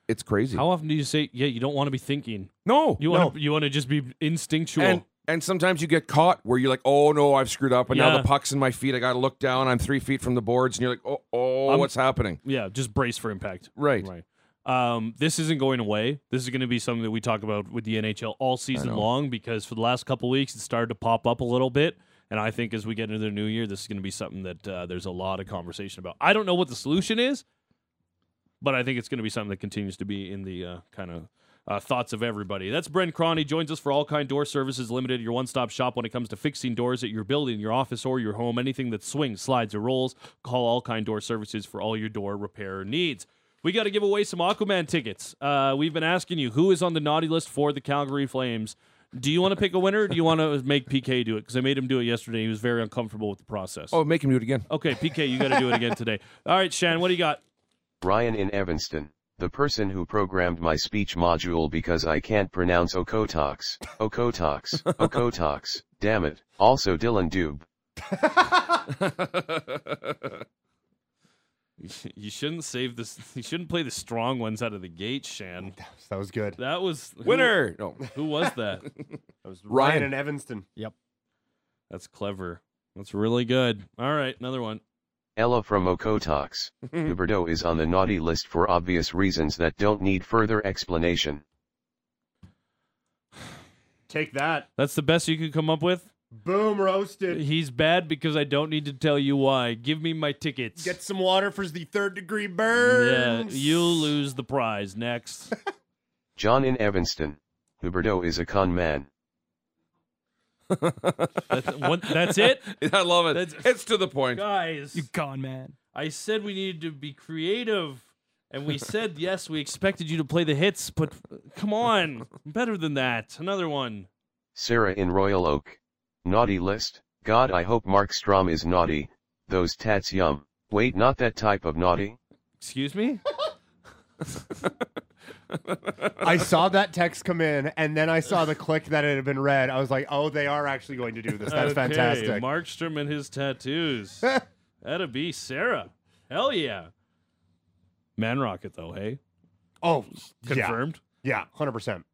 Speaker 4: It's crazy.
Speaker 2: How often do you say, yeah, you don't want to be thinking?
Speaker 4: no,
Speaker 2: You want to you want to just be instinctual.
Speaker 4: and and sometimes you get caught where you're like, oh no, I've screwed up, and now
Speaker 2: Yeah.
Speaker 4: the puck's in my feet. I got to look down. I'm three feet from the boards, and you're like, oh, oh,
Speaker 2: I'm-
Speaker 4: what's happening?
Speaker 2: yeah, just brace for impact.
Speaker 4: Right.
Speaker 2: Right. Um, this isn't going away. This is going to be something that we talk about with the NHL all season long because for the last couple weeks it started to pop up a little bit, and I think as we get into the new year, this is going to be something that uh, there's a lot of conversation about. I don't know what the solution is, but I think it's going to be something that continues to be in the uh, kind of uh, thoughts of everybody. That's Brent Cron. He joins us for All Kind Door Services Limited, your one stop shop when it comes to fixing doors at your building, your office, or your home. Anything that swings, slides, or rolls, call All Kind Door Services for all your door repair needs. We got to give away some Aquaman tickets. Uh, we've been asking you who is on the naughty list for the Calgary Flames. Do you want to pick a winner or do you want to make PK do it? Because I made him do it yesterday. He was very uncomfortable with the process.
Speaker 4: Oh, make him do
Speaker 2: *laughs*
Speaker 4: it again. *laughs*
Speaker 2: Okay, PK, you got to do it again today. All right, Shan, what do you got?
Speaker 12: Ryan in Evanston, the person who programmed my speech module because I can't pronounce Okotox, Okotox, Okotox, damn it. Also Dylan Dube.
Speaker 2: You shouldn't save this. *laughs* You shouldn't play the strong ones out of the gate, Shan.
Speaker 3: that was good.
Speaker 2: That was who-
Speaker 4: Winner. No,
Speaker 2: Who, was
Speaker 4: *laughs*
Speaker 2: that?
Speaker 3: That was Ryan,
Speaker 4: Ryan.
Speaker 3: and Evanston.
Speaker 8: Yep.
Speaker 2: That's clever. That's really good. All right, another one.
Speaker 12: Ella from Okotox, Huberto is on the naughty list for obvious reasons that don't need further explanation.
Speaker 3: Take that.
Speaker 2: That's the best you could come up with?
Speaker 3: Boom, roasted.
Speaker 2: He's bad because I don't need to tell you why. Give me my tickets.
Speaker 3: Get some water for the third degree
Speaker 2: yeah,
Speaker 3: burn.
Speaker 2: you lose the prize. Next.
Speaker 12: John in Evanston. Huberto is a con man.
Speaker 4: *laughs*
Speaker 2: That's, one, that's it?
Speaker 4: I love it. it's to the point.
Speaker 2: Guys.
Speaker 8: You con man.
Speaker 2: I said we needed to be creative, and we said yes. We expected you to play the hits, but come on, better than that. Another one.
Speaker 12: Sarah in Royal Oak. Naughty list. God, I hope Mark Strom is naughty. Those tats yum. Wait, not that type of naughty.
Speaker 2: Excuse me.
Speaker 3: I saw that text come in, and then I saw the click that it had been read. I was like, "Oh, they are actually going to do this. That's
Speaker 2: Okay,
Speaker 3: fantastic."
Speaker 2: Markstrom and his
Speaker 3: *laughs*
Speaker 2: tattoos. That'd be Sarah. Hell yeah. Man Rocket though, hey.
Speaker 3: Oh, yeah.
Speaker 2: confirmed.
Speaker 3: Yeah, hundred percent.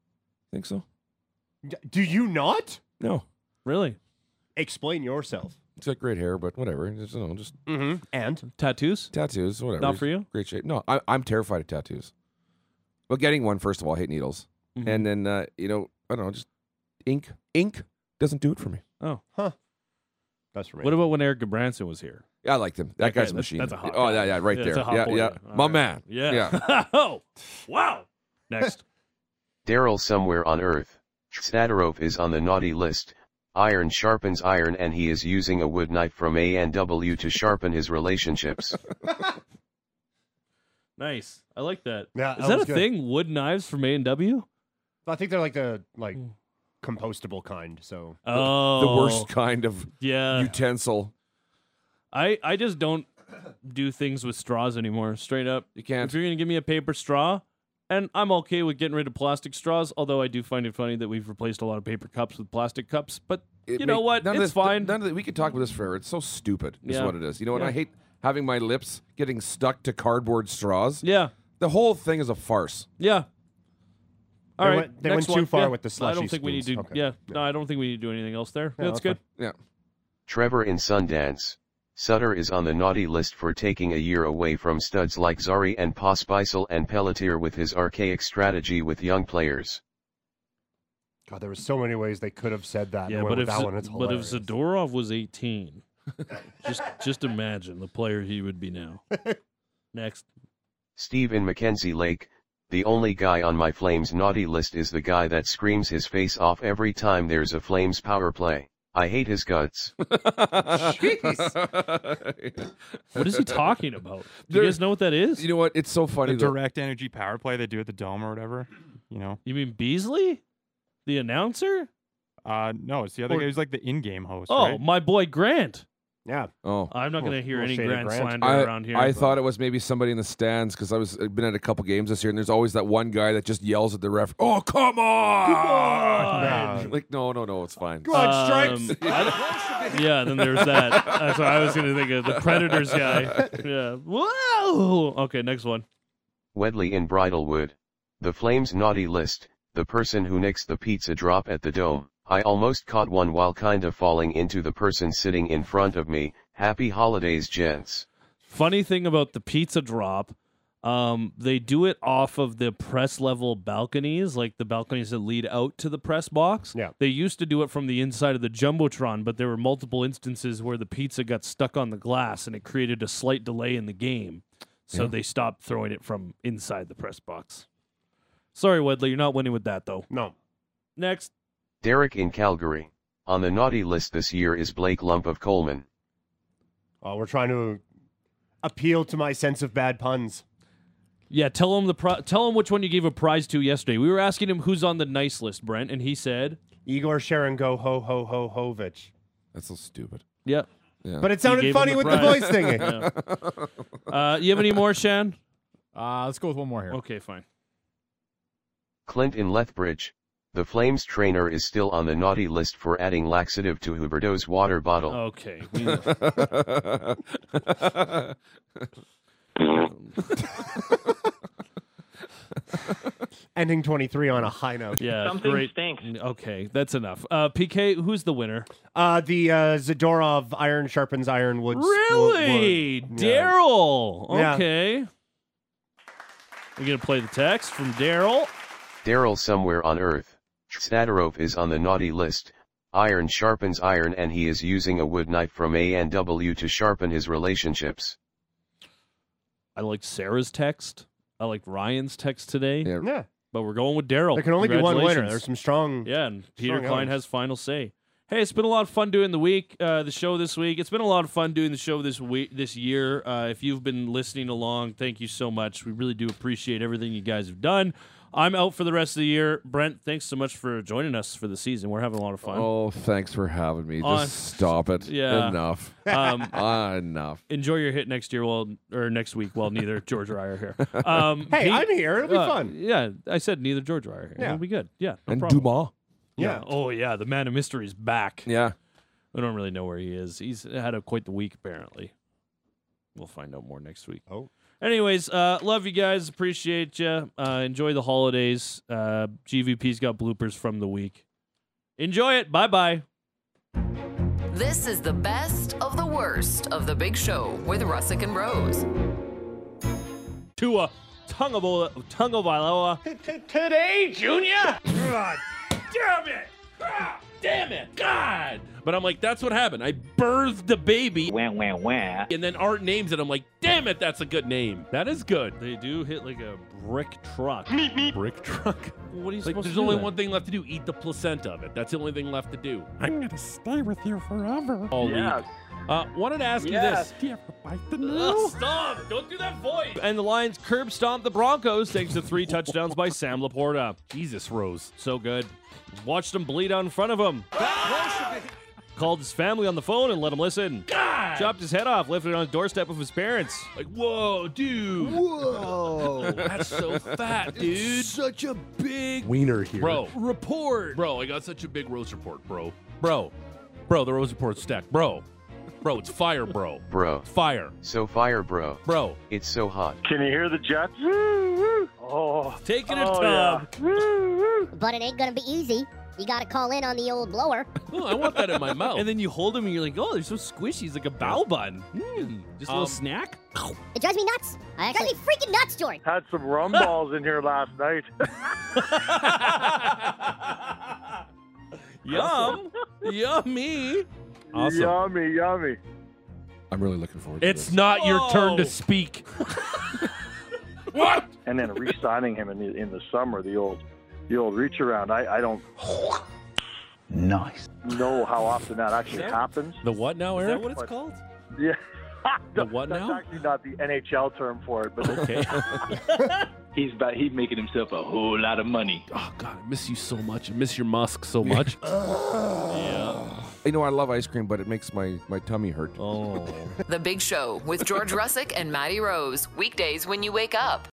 Speaker 4: Think so?
Speaker 3: Do you not
Speaker 4: No.
Speaker 2: Really?
Speaker 3: explain yourself?
Speaker 4: He's got great hair, but whatever. Just, you know, just
Speaker 3: Mm-hmm. And
Speaker 2: Tattoos?
Speaker 4: tattoos, whatever.
Speaker 2: Not for you?
Speaker 4: Great shape. No, I, I'm terrified of tattoos. But getting one, first of all, I hate needles,
Speaker 2: Mhm.
Speaker 4: and then uh, you know, I don't know, just ink. Ink doesn't do it for me.
Speaker 2: Oh.
Speaker 3: that's for me.
Speaker 2: What about when Eric Branson was here?
Speaker 4: Yeah, I liked him. That
Speaker 2: Okay,
Speaker 4: guy's
Speaker 2: that's-
Speaker 4: a machine.
Speaker 2: that's a hot
Speaker 4: oh
Speaker 2: guy.
Speaker 4: yeah, yeah, right
Speaker 2: Yeah,
Speaker 4: there.
Speaker 2: that's a hot
Speaker 4: yeah,
Speaker 2: boy.
Speaker 4: yeah,
Speaker 2: All
Speaker 4: my
Speaker 2: right.
Speaker 4: man.
Speaker 2: Yeah. *laughs*
Speaker 4: yeah.
Speaker 2: oh. Wow.
Speaker 3: *laughs*
Speaker 2: Next.
Speaker 12: Daryl somewhere on Earth. Tsnatarov is on the naughty list. Iron sharpens iron and he is using a wood knife from A&W to sharpen his relationships.
Speaker 2: nice. I like that.
Speaker 3: Yeah,
Speaker 2: Is
Speaker 3: that
Speaker 2: that
Speaker 3: was
Speaker 2: a
Speaker 3: good.
Speaker 2: thing? Wood knives from A and W?
Speaker 3: I think they're like the like
Speaker 2: Mm.
Speaker 3: compostable kind. So
Speaker 2: Oh, Uh,
Speaker 4: The worst kind of
Speaker 2: Yeah,
Speaker 4: utensil.
Speaker 2: I I just don't do things with straws anymore. Straight up,
Speaker 4: You
Speaker 2: if
Speaker 4: can't.
Speaker 2: you're gonna give me a paper straw, and I'm okay with getting rid of plastic straws. Although I do find it funny that we've replaced a lot of paper cups with plastic cups. But
Speaker 4: it
Speaker 2: you know
Speaker 4: make-
Speaker 2: what?
Speaker 4: None
Speaker 2: It's
Speaker 4: of this,
Speaker 2: fine.
Speaker 4: None of the, we could talk about this forever. It's so stupid. Is
Speaker 2: Yeah.
Speaker 4: what it is. You know, and
Speaker 2: Yeah.
Speaker 4: I hate having my lips getting stuck to cardboard straws.
Speaker 2: yeah,
Speaker 4: The whole thing is a farce.
Speaker 2: yeah. All
Speaker 3: They
Speaker 2: right,
Speaker 3: went- they
Speaker 2: next
Speaker 3: went too
Speaker 2: one.
Speaker 3: far
Speaker 2: Yeah.
Speaker 3: with the
Speaker 2: I don't
Speaker 3: slushy
Speaker 2: think we need to.
Speaker 3: spoons. Okay.
Speaker 2: Yeah, no, I don't think we need to do anything else there.
Speaker 3: Yeah,
Speaker 2: that's good.
Speaker 3: that's
Speaker 2: *laughs*
Speaker 4: Yeah.
Speaker 12: Trevor in Sundance. Sutter is on the naughty list for taking a year away from studs like Zari and Pospisil and Pelletier with his archaic strategy with young players.
Speaker 3: God, there were so many ways they could have said that. and
Speaker 2: Yeah,
Speaker 3: went
Speaker 2: but
Speaker 3: with
Speaker 2: if
Speaker 3: that
Speaker 2: Z-
Speaker 3: one, it's
Speaker 2: but if
Speaker 3: hilarious. *laughs*
Speaker 2: Zadorov was 18, just just imagine the player he would be *laughs* now. Next,
Speaker 12: Steve in Mackenzie Lake, the only guy on my Flames naughty list is the guy that screams his face off every time there's a Flames power play. I hate his guts.
Speaker 4: *laughs* Jeez.
Speaker 2: what
Speaker 4: *laughs*
Speaker 2: is he talking about? Do you
Speaker 4: There-
Speaker 2: guys know what that is?
Speaker 4: you know what? It's so funny.
Speaker 8: The
Speaker 4: though.
Speaker 8: direct energy power play they do at the dome or whatever. You know,
Speaker 2: You mean Beasley, the announcer?
Speaker 8: uh, no, it's the other
Speaker 2: Or-
Speaker 8: guy who's like the in-game host.
Speaker 2: Oh,
Speaker 8: right?
Speaker 2: my boy Grant.
Speaker 3: yeah,
Speaker 4: oh.
Speaker 2: I'm not
Speaker 3: Little-
Speaker 2: going to hear
Speaker 3: little
Speaker 2: any
Speaker 3: shade of
Speaker 2: Grant,
Speaker 3: Grant.
Speaker 2: slander
Speaker 4: I,
Speaker 2: around here.
Speaker 4: I
Speaker 2: but-
Speaker 4: thought it was maybe somebody in the stands because I was I've been at a couple games this year, and there's always that one guy that just yells at the ref. Oh, come on!
Speaker 2: on!
Speaker 4: Like no, no, no, it's fine.
Speaker 3: Go on,
Speaker 2: Um, *laughs*
Speaker 3: strikes.
Speaker 2: I don't- yeah, then there's that. That's what I was going to think of the Predators
Speaker 4: *laughs*
Speaker 2: guy. Yeah. Whoa. Okay, next one.
Speaker 12: Wedley in Bridalwood. The Flames naughty list, the person who nicks the pizza drop at the dome. I almost caught one while kinda falling into the person sitting in front of me. Happy holidays, gents.
Speaker 2: Funny thing about the pizza drop, um, they do it off of the press level balconies, like the balconies that lead out to the press box.
Speaker 3: Yeah.
Speaker 2: They used to do it from the inside of the Jumbotron, but there were multiple instances where the pizza got stuck on the glass and it created a slight delay in the game. So they stopped throwing it from inside the press box. Sorry, Wedley, you're not winning with that, though.
Speaker 3: no,
Speaker 2: Next.
Speaker 12: Derek in Calgary. On the naughty list this year is Blake Lump of Coleman.
Speaker 3: oh, we're trying to appeal to my sense of bad puns.
Speaker 2: Yeah, tell him the pri- tell him which one you gave a prize to yesterday. We were asking him who's on the nice list, Brent, and he said,
Speaker 3: Igor Sharon go ho ho ho hovich.
Speaker 4: That's so stupid.
Speaker 2: "Yeah,
Speaker 4: Yeah. *laughs*
Speaker 3: But it
Speaker 2: gave
Speaker 3: sounded
Speaker 2: him
Speaker 3: funny
Speaker 2: the
Speaker 3: with the
Speaker 2: prize.
Speaker 3: voice thingy.
Speaker 2: *laughs* Yeah. Uh, you have any more, Shan?
Speaker 13: Uh, let's go with one more here.
Speaker 2: Okay, fine.
Speaker 12: Clint in Lethbridge. The Flames trainer is still on the naughty list for adding laxative to Huberto's water bottle.
Speaker 2: Okay. we-
Speaker 3: Ending 23 on a high note.
Speaker 2: yeah,
Speaker 11: *laughs* Something
Speaker 2: great.
Speaker 11: stinks.
Speaker 2: Okay, that's enough. Uh, PK, who's the winner?
Speaker 3: Uh, the uh, Zadorov iron sharpens iron wood.
Speaker 2: Really,
Speaker 3: wood- yeah.
Speaker 2: Daryl.
Speaker 3: Yeah.
Speaker 2: Okay. We're gonna play the text from Daryl.
Speaker 12: Daryl somewhere on Earth.
Speaker 8: Snadarov is on the naughty list. Iron sharpens iron and he is using a wood knife from A&W to sharpen his relationships.
Speaker 2: I liked Sarah's text. I liked Ryan's text today. Yeah.
Speaker 3: Yeah.
Speaker 2: But we're going with Daryl.
Speaker 3: There can only be one winner.
Speaker 2: Congratulations.
Speaker 3: There's some strong.
Speaker 2: Yeah, and
Speaker 3: *laughs*
Speaker 2: Peter
Speaker 3: strong
Speaker 2: Klein
Speaker 3: elements.
Speaker 2: has final say. Hey, it's been a lot of fun doing the week, uh, the show this week. It's been a lot of fun doing the show this week, this year. Uh, if you've been listening along, thank you so much. We really do appreciate everything you guys have done. I'm out for the rest of the year. Brent, thanks so much for joining us for the season. We're having a lot of fun.
Speaker 4: Oh, thanks for having me.
Speaker 2: On-
Speaker 4: Just stop it.
Speaker 11: *laughs*
Speaker 2: Yeah.
Speaker 4: Enough.
Speaker 2: Um,
Speaker 4: Ah, enough.
Speaker 2: Enjoy your hit next year, while or next week, while
Speaker 3: *laughs*
Speaker 2: neither George or I are here. Um,
Speaker 3: Hey,
Speaker 2: Pete-
Speaker 3: I'm here. It'll be
Speaker 2: uh,
Speaker 3: fun.
Speaker 2: Yeah, I said neither George or I are here.
Speaker 3: Yeah.
Speaker 2: It'll be good. Yeah, no
Speaker 4: and
Speaker 2: problem.
Speaker 4: Dumas.
Speaker 2: Yeah. Oh yeah, the man of mystery is back.
Speaker 4: Yeah.
Speaker 2: We don't really know where he is. He's had a, quite the week apparently. We'll find out more next week.
Speaker 3: Oh.
Speaker 2: Anyways, uh, love you guys. Appreciate you. Uh, enjoy the holidays. Uh, GVP's got bloopers from the week. Enjoy it. Bye bye.
Speaker 9: This is the best of the worst of the Big Show with Russick and Rose.
Speaker 2: Tua Tungabola *laughs* Tungavailoa. Today, Junior. God damn it! Ah, Damn it! God!
Speaker 11: But I'm like, that's what happened. I birthed a baby. Wah, wah, wah. And then Art names it. I'm like, damn it, that's a good name. That is good.
Speaker 2: They do hit like a brick truck.
Speaker 11: Brick truck.
Speaker 2: What are you
Speaker 11: Like,
Speaker 2: supposed
Speaker 11: there's
Speaker 2: to do?
Speaker 11: only
Speaker 2: then?
Speaker 11: one thing left to do eat the placenta of it. That's the only thing left to do. I'm going to stay with you forever. All week.
Speaker 2: Yes.
Speaker 11: Uh, wanted to ask
Speaker 2: Yes.
Speaker 11: you this.
Speaker 2: Ugh, stop! Don't do that voice. And the Lions curb stomped the Broncos thanks to three touchdowns by Sam Laporta. Jesus, Rose, so good. Watched him bleed out in front of him. Ah! Called his family on the phone and let him listen. Chopped his head off, left it on the doorstep of his parents. Like, whoa, dude. *laughs*
Speaker 11: Whoa. That's so fat, dude. Such a big
Speaker 14: Wiener here.
Speaker 11: Bro. Report. Bro, I got such a big Rose report, bro. Bro. Bro, the Rose report's stacked. Bro. Bro, it's fire, bro.
Speaker 8: Bro.
Speaker 11: Fire.
Speaker 8: So fire, bro.
Speaker 11: Bro.
Speaker 8: It's so hot.
Speaker 6: Can you hear the jets? Oh,
Speaker 2: taking
Speaker 6: oh,
Speaker 15: But it ain't gonna be easy. You gotta call in on the old blower.
Speaker 11: *laughs* Oh, I want that in my mouth.
Speaker 2: And then you hold him and you're like, oh, they're so squishy. He's like a bow bun. Mm, just a little
Speaker 6: Um,
Speaker 2: snack.
Speaker 15: It drives me nuts. It drives me freaking nuts, George.
Speaker 6: yeah. Had some rum balls in here last *laughs* night.
Speaker 2: Yum. *laughs* Yummy.
Speaker 11: Awesome.
Speaker 6: Yummy, yummy.
Speaker 4: I'm really looking forward to
Speaker 11: It's
Speaker 4: this.
Speaker 11: not your turn
Speaker 6: Whoa.
Speaker 11: to speak.
Speaker 6: What? And then re-signing him in the, in the summer, the old, the old reach around. I, I don't. Nice. Know how often that actually
Speaker 11: Is that-
Speaker 6: happens.
Speaker 11: The what now,
Speaker 6: Is
Speaker 11: Eric?
Speaker 6: that what it's What? called? Yeah. *laughs*
Speaker 11: The what
Speaker 6: That's
Speaker 11: now?
Speaker 6: actually not the NHL term for it, but
Speaker 11: Okay.
Speaker 16: He's about, he's making himself a whole lot of money.
Speaker 11: Oh God, I miss you so much. I miss your musk so much. yeah.
Speaker 4: You know, I love ice cream, but it makes my, my tummy hurt.
Speaker 2: Oh.
Speaker 9: The Big Show with George Russick and Maddie Rose. Weekdays when you wake up